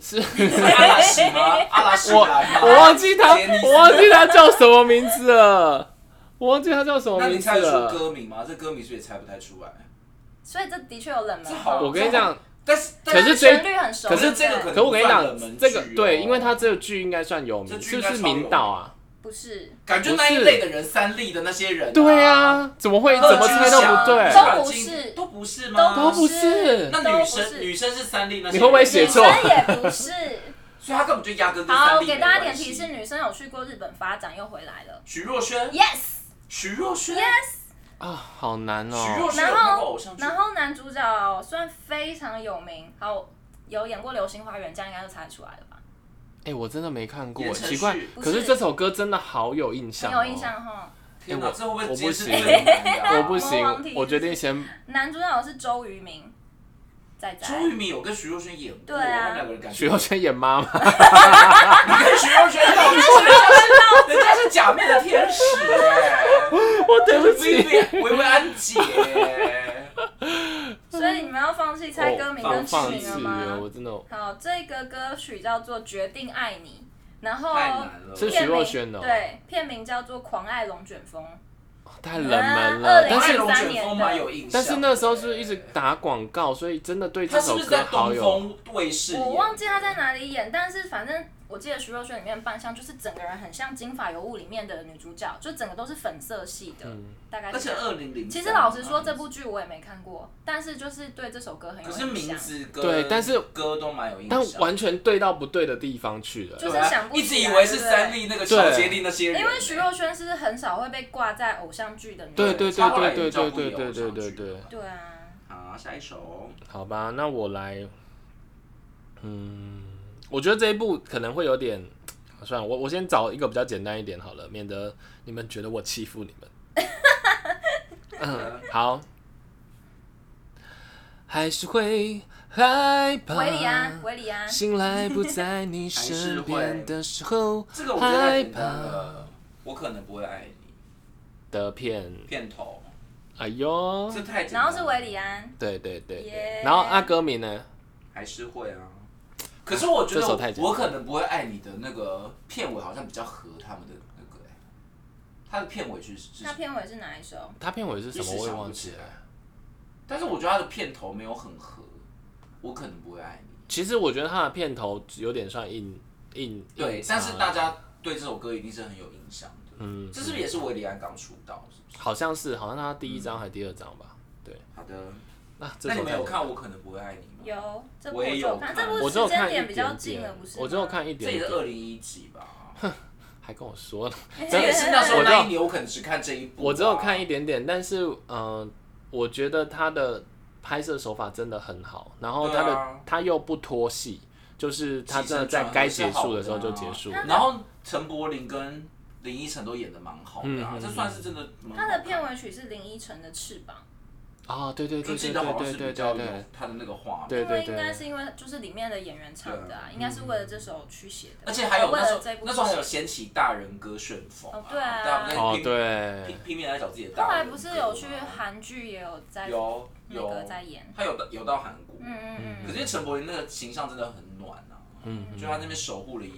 Speaker 2: 是
Speaker 3: 阿拉西吗？阿拉西
Speaker 2: 我
Speaker 3: 来吗
Speaker 2: 我忘记他，
Speaker 3: 杰尼斯
Speaker 2: 我忘记他叫什么名字了，我忘记他叫什么
Speaker 3: 那
Speaker 2: 名
Speaker 3: 你
Speaker 2: 字
Speaker 3: 猜得出
Speaker 2: 了。
Speaker 3: 歌名吗？这歌名是不是也猜不太出来？
Speaker 1: 所以这的确有冷门
Speaker 3: 这好
Speaker 1: 哦
Speaker 2: 我跟你讲，
Speaker 3: 但是
Speaker 1: 对
Speaker 2: 可
Speaker 1: 但
Speaker 2: 是这
Speaker 1: 旋律很熟，
Speaker 2: 可
Speaker 3: 可
Speaker 2: 是
Speaker 3: 是这个
Speaker 1: 对
Speaker 3: 可
Speaker 1: 能
Speaker 3: 能、
Speaker 2: 可我跟你
Speaker 3: 冷
Speaker 2: 讲，
Speaker 3: 门
Speaker 2: 这
Speaker 3: 剧
Speaker 2: 个
Speaker 3: 哦
Speaker 2: 对，因为他这个剧应该算有名，
Speaker 3: 这
Speaker 2: 是
Speaker 3: 剧
Speaker 2: 不
Speaker 3: 应该
Speaker 2: 是
Speaker 3: 超有
Speaker 2: 明道啊？
Speaker 1: 不是
Speaker 3: 感觉那一类的人三立的那些人、
Speaker 2: 对，啊，怎么会
Speaker 3: 贺
Speaker 2: 怎么
Speaker 3: 军
Speaker 2: 猜都
Speaker 3: 翔
Speaker 2: 不对？
Speaker 1: 都不
Speaker 3: 阮经
Speaker 1: 是
Speaker 3: 都不是吗？
Speaker 1: 都
Speaker 2: 不是
Speaker 3: 那
Speaker 1: 都
Speaker 3: 女
Speaker 1: 不
Speaker 3: 生
Speaker 1: 是
Speaker 3: 女生是三立那些人，
Speaker 2: 你会不会写
Speaker 1: 女
Speaker 2: 错
Speaker 1: 生也不 是。
Speaker 3: 所以他根本就压根跟
Speaker 1: 好，
Speaker 3: 三
Speaker 1: 我
Speaker 3: 立没
Speaker 1: 给大家点
Speaker 3: 关系
Speaker 1: 提示，女生有去过日本发展，又回来了。
Speaker 3: 徐若瑄，
Speaker 1: Yes，
Speaker 3: 徐若瑄
Speaker 2: 啊，好难
Speaker 3: 徐若
Speaker 2: 哦。
Speaker 3: 瑄有看过偶像剧，
Speaker 1: 然后男主角算非常有名，好有演过《流星花园》，这样应该就猜得出来了吧？
Speaker 2: 哎，我真的没看过，
Speaker 3: 言承
Speaker 2: 奇怪
Speaker 3: 旭。
Speaker 1: 不
Speaker 2: 可是
Speaker 1: 是
Speaker 2: 这首歌真的好有印
Speaker 1: 很
Speaker 2: 象，哦
Speaker 1: 有印。象哈。
Speaker 3: 天哪，
Speaker 2: 哎我
Speaker 3: 这会不会直接是
Speaker 2: 我不行
Speaker 3: 最难的啊
Speaker 2: 我不
Speaker 1: 魔王提
Speaker 2: 行，
Speaker 1: 示
Speaker 2: 我决定先
Speaker 1: 男主角是周渝民，仔仔。
Speaker 3: 周渝民有跟徐若瑄演过，
Speaker 1: 对啊
Speaker 3: 他们两个人感 觉
Speaker 2: 徐若瑄演妈妈。
Speaker 3: 你跟徐若瑄到 底是人家是假面的天使哎，
Speaker 2: 我对不
Speaker 3: 薇
Speaker 2: 起，
Speaker 3: 薇薇薇安姐，
Speaker 1: 哦所以你们要放弃猜歌名
Speaker 2: 我
Speaker 1: 跟剧
Speaker 2: 哦放
Speaker 1: 名了
Speaker 2: 弃了，我
Speaker 1: 吗？
Speaker 2: 真的
Speaker 1: 好，这个歌曲叫做《决定爱你》，然后
Speaker 3: 太难了，
Speaker 2: 是
Speaker 1: 片
Speaker 2: 徐若
Speaker 1: 名
Speaker 2: 瑄的哦
Speaker 1: 对，片名叫做《狂爱龙卷风》。
Speaker 2: 太冷门
Speaker 1: 啊
Speaker 2: 了。但
Speaker 1: 2003
Speaker 2: 是
Speaker 1: 年
Speaker 3: 龙卷风蛮有印象，
Speaker 2: 但是那时候是一直。打广告，所以真的对这
Speaker 3: 他是
Speaker 2: 首
Speaker 3: 不是
Speaker 2: 歌
Speaker 3: 在
Speaker 2: 好
Speaker 3: 东
Speaker 2: 有。
Speaker 3: 风卫视演？
Speaker 1: 我忘记他在哪里演，但是反正我记得徐若瑄里面扮相就是整个人很像《金发尤物》里面的女主角，就整个都是粉色系的，
Speaker 2: 嗯
Speaker 1: 大概
Speaker 3: 而
Speaker 1: 是这
Speaker 3: 且
Speaker 1: 样。
Speaker 3: 二零零，
Speaker 1: 其实老实说，这部剧我也没看过，但是就是对这首歌很有
Speaker 3: 啊可
Speaker 1: 印
Speaker 3: 是
Speaker 1: 象。
Speaker 3: 名字跟
Speaker 2: 对但是
Speaker 3: 歌都蛮有印象
Speaker 2: 但
Speaker 3: 的，
Speaker 2: 完全对到不对的地方去了。
Speaker 1: 就是
Speaker 3: 对啊
Speaker 1: 想不起
Speaker 3: 一直以
Speaker 1: 来
Speaker 3: 为是
Speaker 1: 对不对
Speaker 3: 三立那个小杰利那些人，
Speaker 1: 因为徐若瑄是很少会被挂在偶像剧的女
Speaker 2: 对
Speaker 1: 人
Speaker 2: 对
Speaker 3: 她
Speaker 2: 对
Speaker 3: 后来
Speaker 2: 对对
Speaker 3: 也照
Speaker 2: 对
Speaker 3: 顾
Speaker 2: 对
Speaker 3: 也
Speaker 2: 对
Speaker 3: 有
Speaker 2: 对
Speaker 3: 上
Speaker 2: 对
Speaker 3: 去
Speaker 2: 对
Speaker 3: 了，
Speaker 1: 对啊，
Speaker 3: 好，下一首
Speaker 2: 好吧，那我来，嗯，我觉得这一部可能会有点，啊算了，我我先找一个比较简单一点好了，免得你们觉得我欺负你们。
Speaker 3: 呃
Speaker 2: 嗯，好，还是会害怕。
Speaker 1: 维里安，维里安，
Speaker 2: 醒来不在你
Speaker 3: 还是
Speaker 2: 身
Speaker 3: 会
Speaker 2: 边的时候，
Speaker 3: 这个我觉得太
Speaker 2: 害
Speaker 3: 简单
Speaker 2: 怕
Speaker 3: 了，我可能不会爱你
Speaker 2: 的片，
Speaker 3: 片头，
Speaker 2: 哎呦，
Speaker 3: 这太简
Speaker 1: 然
Speaker 3: 单了，
Speaker 1: 后是维里安，
Speaker 2: 对对对对
Speaker 1: 耶，
Speaker 2: 然后阿歌名呢？
Speaker 3: 还是会啊。可是我觉
Speaker 2: 哎这
Speaker 3: 得
Speaker 2: 首太简单
Speaker 3: 我可能不会爱你的那个片尾好像比较合他们的那个、欸，他的片尾是是
Speaker 1: 那片尾是哪一首？
Speaker 2: 他片尾是什
Speaker 3: 一
Speaker 2: 么？
Speaker 3: 时
Speaker 2: 我也
Speaker 3: 想不
Speaker 2: 忘记
Speaker 3: 起
Speaker 2: 了。
Speaker 3: 来，但是我觉得他的片头没有很合，我可能不会爱你。
Speaker 2: 其实我觉得他的片头有点算硬硬，
Speaker 3: 对
Speaker 2: 硬，插
Speaker 3: 但是大家对这首歌一定是很有印象的。
Speaker 2: 嗯
Speaker 3: 这是不是也是维里安刚出道？是不是？
Speaker 2: 好像是好像他第一张还是第二张吧？对，
Speaker 3: 好的，
Speaker 2: 那这
Speaker 3: 那你
Speaker 2: 首
Speaker 3: 们
Speaker 2: 太
Speaker 3: 有看《我可能不会爱你》吗？，
Speaker 1: 有，这部
Speaker 3: 我
Speaker 1: 我
Speaker 3: 也
Speaker 1: 就
Speaker 3: 有
Speaker 1: 有看，
Speaker 3: 看
Speaker 1: 这部
Speaker 2: 我只有
Speaker 1: 时间
Speaker 2: 看一
Speaker 1: 点
Speaker 2: 点
Speaker 1: 比较
Speaker 2: 点
Speaker 1: 近了，不是吗？
Speaker 2: 我只有看一
Speaker 3: 这
Speaker 2: 点
Speaker 3: 也是
Speaker 2: 点，
Speaker 3: 二零一几吧？
Speaker 2: 还跟我说了，
Speaker 3: 哎这也是那时候
Speaker 2: 我知
Speaker 3: 那
Speaker 2: 道
Speaker 3: 一啊年，我可能只看这一部啊。
Speaker 2: 我只有看一点点，但是嗯、呃我觉得他的拍摄手法真的很好，然后他的、
Speaker 3: 对啊
Speaker 2: 他又不拖戏，就是他真的在该结
Speaker 1: 啊
Speaker 2: 束的时候就结
Speaker 1: 其实
Speaker 2: 束。
Speaker 3: 然后陈柏霖跟林依晨都演的蛮好的啊
Speaker 2: 嗯，嗯
Speaker 3: 这算是真的蛮好看的。
Speaker 1: 它的片尾曲是林依晨的《翅膀
Speaker 2: 啊，对对
Speaker 3: 就
Speaker 2: 对对
Speaker 3: 记得
Speaker 2: 对
Speaker 3: 好像
Speaker 2: 对
Speaker 3: 是比
Speaker 2: 对
Speaker 3: 较
Speaker 2: 对
Speaker 3: 有
Speaker 2: 对，
Speaker 3: 他的那个画面。
Speaker 2: 对》，
Speaker 1: 因为
Speaker 2: 对
Speaker 1: 应该
Speaker 2: 对
Speaker 1: 是因为就是里面的演员唱的啊，应该是为了这首去写的，
Speaker 3: 而且还有
Speaker 1: 为
Speaker 3: 那时候
Speaker 1: 了这部
Speaker 3: 那时候还有
Speaker 1: 写
Speaker 3: 掀起大人歌旋风
Speaker 1: 哦对啊
Speaker 3: 大家不
Speaker 2: 哦
Speaker 3: 是拼
Speaker 2: 对
Speaker 3: 拼，拼命来找自己的
Speaker 1: 后
Speaker 3: 大
Speaker 1: 来
Speaker 3: 人歌
Speaker 1: 不
Speaker 3: 吗。
Speaker 1: 是有去韩剧也有在
Speaker 3: 有
Speaker 1: 那
Speaker 3: 有
Speaker 1: 个在演，
Speaker 3: 他有到有到韩国，
Speaker 1: 嗯嗯
Speaker 3: 可
Speaker 1: 嗯，
Speaker 3: 是陈柏霖那个形象真的很暖啊，嗯，就他那边守护了一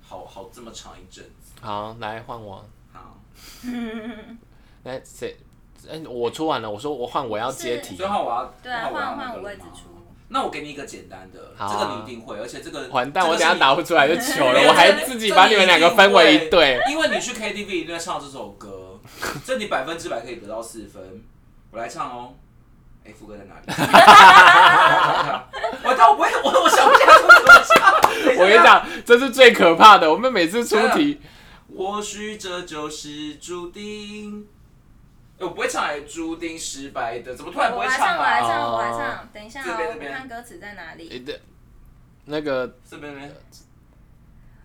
Speaker 3: 好好这么长一阵子
Speaker 2: 好，来换我，
Speaker 3: 啊，
Speaker 2: 来谁？哎、我出完了，我说我换我要接
Speaker 1: 是
Speaker 2: 题
Speaker 3: 最，后我要
Speaker 1: 对啊，
Speaker 3: 那我要
Speaker 1: 换
Speaker 3: 那
Speaker 1: 换
Speaker 3: 个
Speaker 1: 五
Speaker 3: 了
Speaker 1: 位子
Speaker 3: 吗
Speaker 1: 出。
Speaker 3: 那我给你一个简单的，
Speaker 2: 好啊
Speaker 3: 这个你一定会，而且这个
Speaker 2: 完蛋，
Speaker 3: 这
Speaker 2: 我
Speaker 3: 个
Speaker 2: 等
Speaker 3: 是
Speaker 2: 下
Speaker 3: 你
Speaker 2: 打不出来就糗
Speaker 3: 没
Speaker 2: 了，
Speaker 3: 有
Speaker 2: 我还
Speaker 3: 这个
Speaker 2: 自己把你们两个分为一队。
Speaker 3: 因为你去 KTV 一定会唱这首歌，这你百分之百可以得到四分。我来唱哦，哎，副歌在哪里？ 我但我不会，我我想不起来怎么唱。等一下
Speaker 2: 我跟你，讲，这是最可怕的。我们每次出题，
Speaker 3: 或许这就是注定。哎我不会唱哎，注定失败的，怎么突然
Speaker 1: 嗯
Speaker 3: 不
Speaker 1: 我
Speaker 3: 会
Speaker 1: 来
Speaker 3: 唱
Speaker 1: 唱，我来
Speaker 3: 啊？
Speaker 1: 唱，我来
Speaker 2: 哦
Speaker 1: 唱。等一下
Speaker 3: 这
Speaker 1: 哦，
Speaker 3: 边这
Speaker 1: 我
Speaker 3: 边
Speaker 1: 看歌词在哪
Speaker 2: 诶
Speaker 1: 里。
Speaker 2: 对那个
Speaker 3: 这边呢？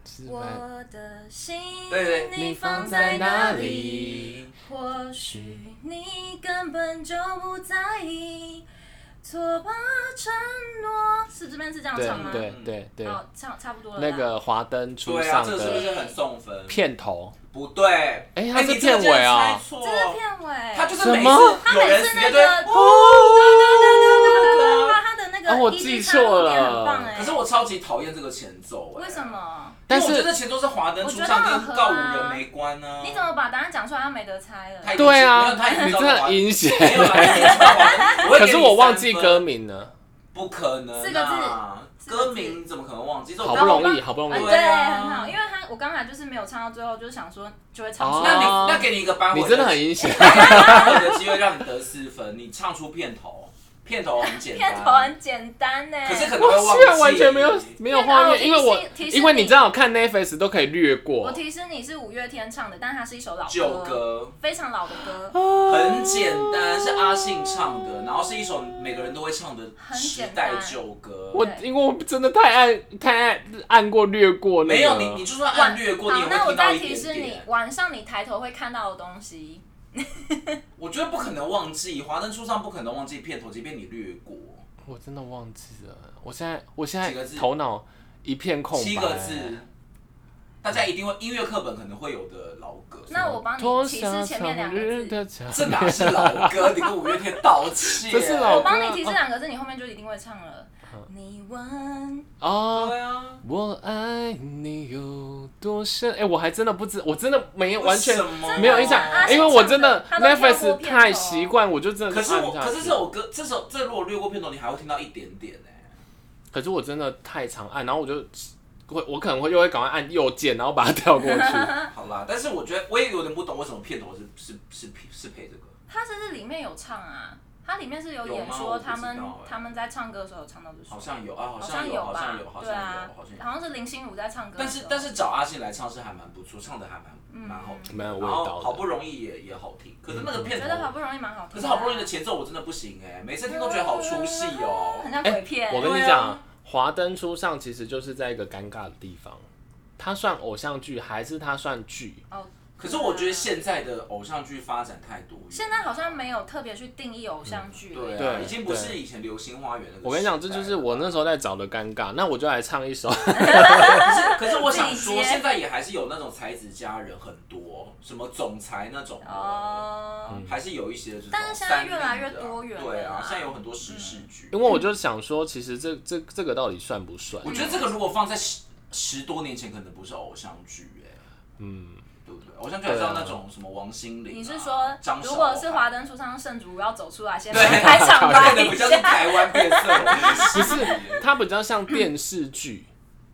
Speaker 2: 失败
Speaker 1: 我的心，
Speaker 3: 对对
Speaker 1: 你放在哪里？
Speaker 2: 里
Speaker 1: 或许你根本就不在意，错把承诺，是这边是这样
Speaker 2: 对
Speaker 1: 唱吗？
Speaker 2: 对对对，
Speaker 1: 哦，唱差不多了啦。
Speaker 2: 那个华灯初
Speaker 3: 对啊，
Speaker 2: 上
Speaker 3: 这个是不
Speaker 2: 的
Speaker 3: 是很送分？
Speaker 2: 片头，
Speaker 3: 不对，
Speaker 2: 哎
Speaker 3: 哎
Speaker 2: 它是
Speaker 3: 你这个
Speaker 2: 片尾啊
Speaker 3: 竟然猜错
Speaker 1: 这是片尾，
Speaker 3: 他就是
Speaker 2: 什
Speaker 3: 每次
Speaker 2: 么
Speaker 3: 有人直接对，
Speaker 1: 哎他每次那个
Speaker 3: 哦
Speaker 1: 哇，他的那
Speaker 2: 啊
Speaker 1: 个
Speaker 2: 我
Speaker 1: 一
Speaker 2: 记
Speaker 1: 句插入点
Speaker 2: 错了
Speaker 1: 很棒哎。
Speaker 3: 可是我超级讨厌这个前奏、哎，
Speaker 1: 为什？么？
Speaker 2: 但
Speaker 3: 因为我
Speaker 2: 是
Speaker 3: 觉得前奏是华灯初上，跟告五人没关啊呢、
Speaker 1: 你怎么把答案讲出来？他没得猜了。
Speaker 3: 他已经
Speaker 2: 对
Speaker 3: 没
Speaker 2: 啊
Speaker 3: 有他，已
Speaker 2: 你
Speaker 3: 经
Speaker 2: 这
Speaker 3: 知道华
Speaker 2: 很阴险。
Speaker 3: 没有啦他已经知道华灯我会给
Speaker 2: 可
Speaker 3: 你
Speaker 2: 是我忘记
Speaker 3: 三分
Speaker 2: 歌名了，
Speaker 3: 不可能、啊，
Speaker 1: 四个
Speaker 3: 字，歌名怎么可能忘记？这首
Speaker 2: 好
Speaker 3: 歌
Speaker 2: 不容易，
Speaker 1: 然后我爸
Speaker 2: 好不容
Speaker 1: 呃
Speaker 2: 易
Speaker 3: 对，
Speaker 1: 对，
Speaker 3: 啊
Speaker 1: 很好，因为他我刚才就是没有唱到最后，就是想说就会唱出
Speaker 3: 那你
Speaker 1: 来。
Speaker 2: 哦
Speaker 3: 那给你一个扳回
Speaker 2: 你
Speaker 3: 的
Speaker 2: 真的很阴险。
Speaker 3: 我的机会让你得四分，你唱出片头，片头很简单，
Speaker 1: 片头很简单欸呢，
Speaker 3: 可是可能会
Speaker 2: 我居
Speaker 3: 忘
Speaker 2: 然
Speaker 3: 记，
Speaker 2: 完全没有没有画面，因
Speaker 1: 因
Speaker 2: 为
Speaker 1: 为
Speaker 2: 我
Speaker 1: 哦提示提示
Speaker 2: 因为你
Speaker 1: 你
Speaker 2: 知道我看 Netflix 都可以略
Speaker 1: 我
Speaker 2: 过，
Speaker 1: 提示你是五月天唱的，但它是一首老
Speaker 3: 九歌
Speaker 1: 非常老的歌，
Speaker 3: 很简单，是阿信唱的，然后是一首每个人都会唱的
Speaker 1: 很
Speaker 3: 时
Speaker 1: 简
Speaker 3: 代
Speaker 1: 单
Speaker 3: 旧歌。
Speaker 2: 我
Speaker 1: 对
Speaker 2: 因为我真的太按太按按过略过那个，
Speaker 3: 没有你，你就算按略过，你也
Speaker 1: 好，
Speaker 3: 会
Speaker 1: 那我
Speaker 3: 听到
Speaker 1: 再
Speaker 3: 一
Speaker 1: 提示
Speaker 3: 点
Speaker 1: 你，
Speaker 3: 点。
Speaker 1: 晚上你抬头会看到的东西，
Speaker 3: 我觉得不可能忘记，华灯初上不可能忘记片头，即便你略过
Speaker 2: 我真的忘记了，我现在我现
Speaker 3: 几
Speaker 2: 在
Speaker 3: 个字
Speaker 2: 头脑一片空白，
Speaker 3: 七个字，大家一定会音乐课本可能会有的老歌。
Speaker 1: 那我帮
Speaker 2: 脱
Speaker 1: 你提
Speaker 2: 下
Speaker 1: 示前面
Speaker 2: 长
Speaker 1: 两个
Speaker 2: 日
Speaker 1: 字，
Speaker 2: 的墙，
Speaker 3: 这哪是老歌？你跟五月天道歉。
Speaker 2: 这是老
Speaker 1: 我
Speaker 2: 歌
Speaker 1: 帮你提示两个字，你后面就一定会唱了。
Speaker 3: 嗯
Speaker 1: 你问
Speaker 2: 哦。
Speaker 3: 对啊，
Speaker 2: 我爱你有多深？哎、我还真的不知，我真的没完全
Speaker 3: 为什么
Speaker 2: 没有印象哎
Speaker 1: 真的啊，
Speaker 2: 因为我真的
Speaker 1: 他都跳过
Speaker 2: Netflix
Speaker 1: 片头
Speaker 2: 太习惯，我就真的
Speaker 3: 可是
Speaker 2: 按
Speaker 3: 我，
Speaker 2: 下
Speaker 3: 可是
Speaker 2: 去
Speaker 3: 这首歌，这首这如果略过片头，你还会听到一点点呢、
Speaker 2: 可是我真的太常按，然后我就 会，我可能会就会赶快按右键，然后把它跳过 去。
Speaker 3: 欸好啦，但是我觉得我也有点不懂为什么片头是是是是配这个。
Speaker 1: 他甚至里面有唱啊，他里面是有
Speaker 3: 有
Speaker 1: 演
Speaker 3: 吗
Speaker 1: 说他们
Speaker 3: 我不知道欸
Speaker 1: 他们在唱歌的时候有唱到这首，
Speaker 3: 好像有啊，好
Speaker 1: 像
Speaker 3: 有，好
Speaker 1: 吧
Speaker 3: 像有，？好
Speaker 1: 对
Speaker 3: 像
Speaker 1: 啊
Speaker 3: 有，好像，有。
Speaker 1: 好像是林心如在唱歌的嗯
Speaker 3: 但
Speaker 1: 时
Speaker 3: 是
Speaker 1: 候。
Speaker 3: 但是找阿信来唱是还蛮不错，唱的还蛮蛮好听，
Speaker 2: 蛮有味
Speaker 3: 然
Speaker 2: 道
Speaker 3: 后
Speaker 2: 的
Speaker 3: 好不容易也也好听，可是那个
Speaker 1: 我
Speaker 3: 片
Speaker 1: 嗯觉得好
Speaker 3: 头，
Speaker 1: 不容易蛮好听啊，啊
Speaker 3: 可是好不容易的前奏我真的不行哎，每次听都觉得好出 戏
Speaker 1: 很
Speaker 3: 哦。
Speaker 1: 像鬼片。
Speaker 2: 哎我跟你
Speaker 3: 对啊
Speaker 2: 讲，《华灯初上》其实就是在一个尴尬的地方，它算偶像剧还是它算剧？
Speaker 1: 哦，
Speaker 3: 可是我觉得现在的偶像剧发展太多元，
Speaker 1: 现在好像没有特别去定义偶像剧了。
Speaker 3: 对啊，
Speaker 2: 对
Speaker 3: 已经不是以前《流星花园》那个时代了。
Speaker 2: 我跟你讲，这就是我那时候在找的尴尬。那我就来唱一首，
Speaker 3: 可是可是我想
Speaker 1: 自己
Speaker 3: 说，
Speaker 1: 接
Speaker 3: 现在也还是有那种才子佳人很多，什么总裁那种的。
Speaker 1: 哦，
Speaker 3: 还是有一些这种
Speaker 1: 但是现在
Speaker 3: 三立的
Speaker 1: 越来越多元了
Speaker 3: 对啊
Speaker 1: 啦，
Speaker 3: 现在有很多时事剧。
Speaker 2: 因为我就想说，其实这这这个到底算不算
Speaker 3: 我？觉得这个如果放在十十多年前，可能不是偶像剧哎、
Speaker 2: 嗯，
Speaker 3: 对不对？偶像剧还是要那种什么王心凌、啊，
Speaker 1: 你是说
Speaker 3: 张，
Speaker 1: 如果是华
Speaker 3: 华，
Speaker 1: 灯初上圣主要走出来，先
Speaker 3: 对
Speaker 1: 开场
Speaker 3: 看
Speaker 1: 白
Speaker 3: 的
Speaker 1: 一
Speaker 3: 比较是
Speaker 1: 下，
Speaker 3: 台湾变色
Speaker 2: 不
Speaker 3: 龙，
Speaker 2: 是，它比较像电视剧，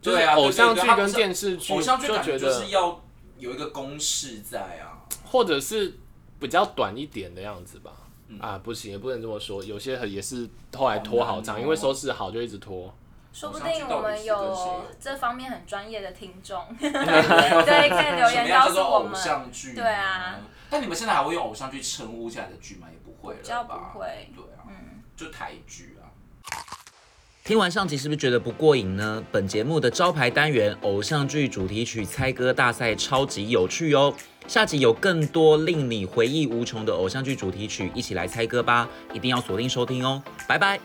Speaker 2: 就是
Speaker 3: 对啊
Speaker 2: 偶像剧
Speaker 3: 对对对它不
Speaker 2: 跟
Speaker 3: 是
Speaker 2: 电视剧，
Speaker 3: 偶像剧
Speaker 2: 就
Speaker 3: 感
Speaker 2: 觉
Speaker 3: 觉
Speaker 2: 得
Speaker 3: 就是要有一个公式在啊。
Speaker 2: 或者是比较短一点的样子吧。啊，不行，也不能这么说。有些很也是后来拖好
Speaker 3: 好
Speaker 2: 长，
Speaker 3: 难哦
Speaker 2: 因为收视好就一直拖。
Speaker 1: 说不定我们
Speaker 3: 偶像剧到底是
Speaker 1: 有
Speaker 3: 跟谁有
Speaker 1: 这方面很专业的听 众，对，可以留
Speaker 3: 什么
Speaker 1: 言
Speaker 3: 样
Speaker 1: 告
Speaker 3: 叫
Speaker 1: 诉
Speaker 3: 做
Speaker 1: 我
Speaker 3: 偶
Speaker 1: 们。
Speaker 3: 像剧？
Speaker 1: 对啊。
Speaker 3: 但你们现在还会用偶像剧称呼现在的剧吗？也不会了吧，
Speaker 1: 比较不会嗯
Speaker 3: 对啊，就台剧啊。
Speaker 5: 听完上集是不是觉得不过瘾呢？本节目的招牌单元偶像剧主题曲猜歌大赛超级有趣哦！下集有更多令你回忆无穷的偶像剧主题曲，一起来猜歌吧！一定要锁定收听哦，拜拜。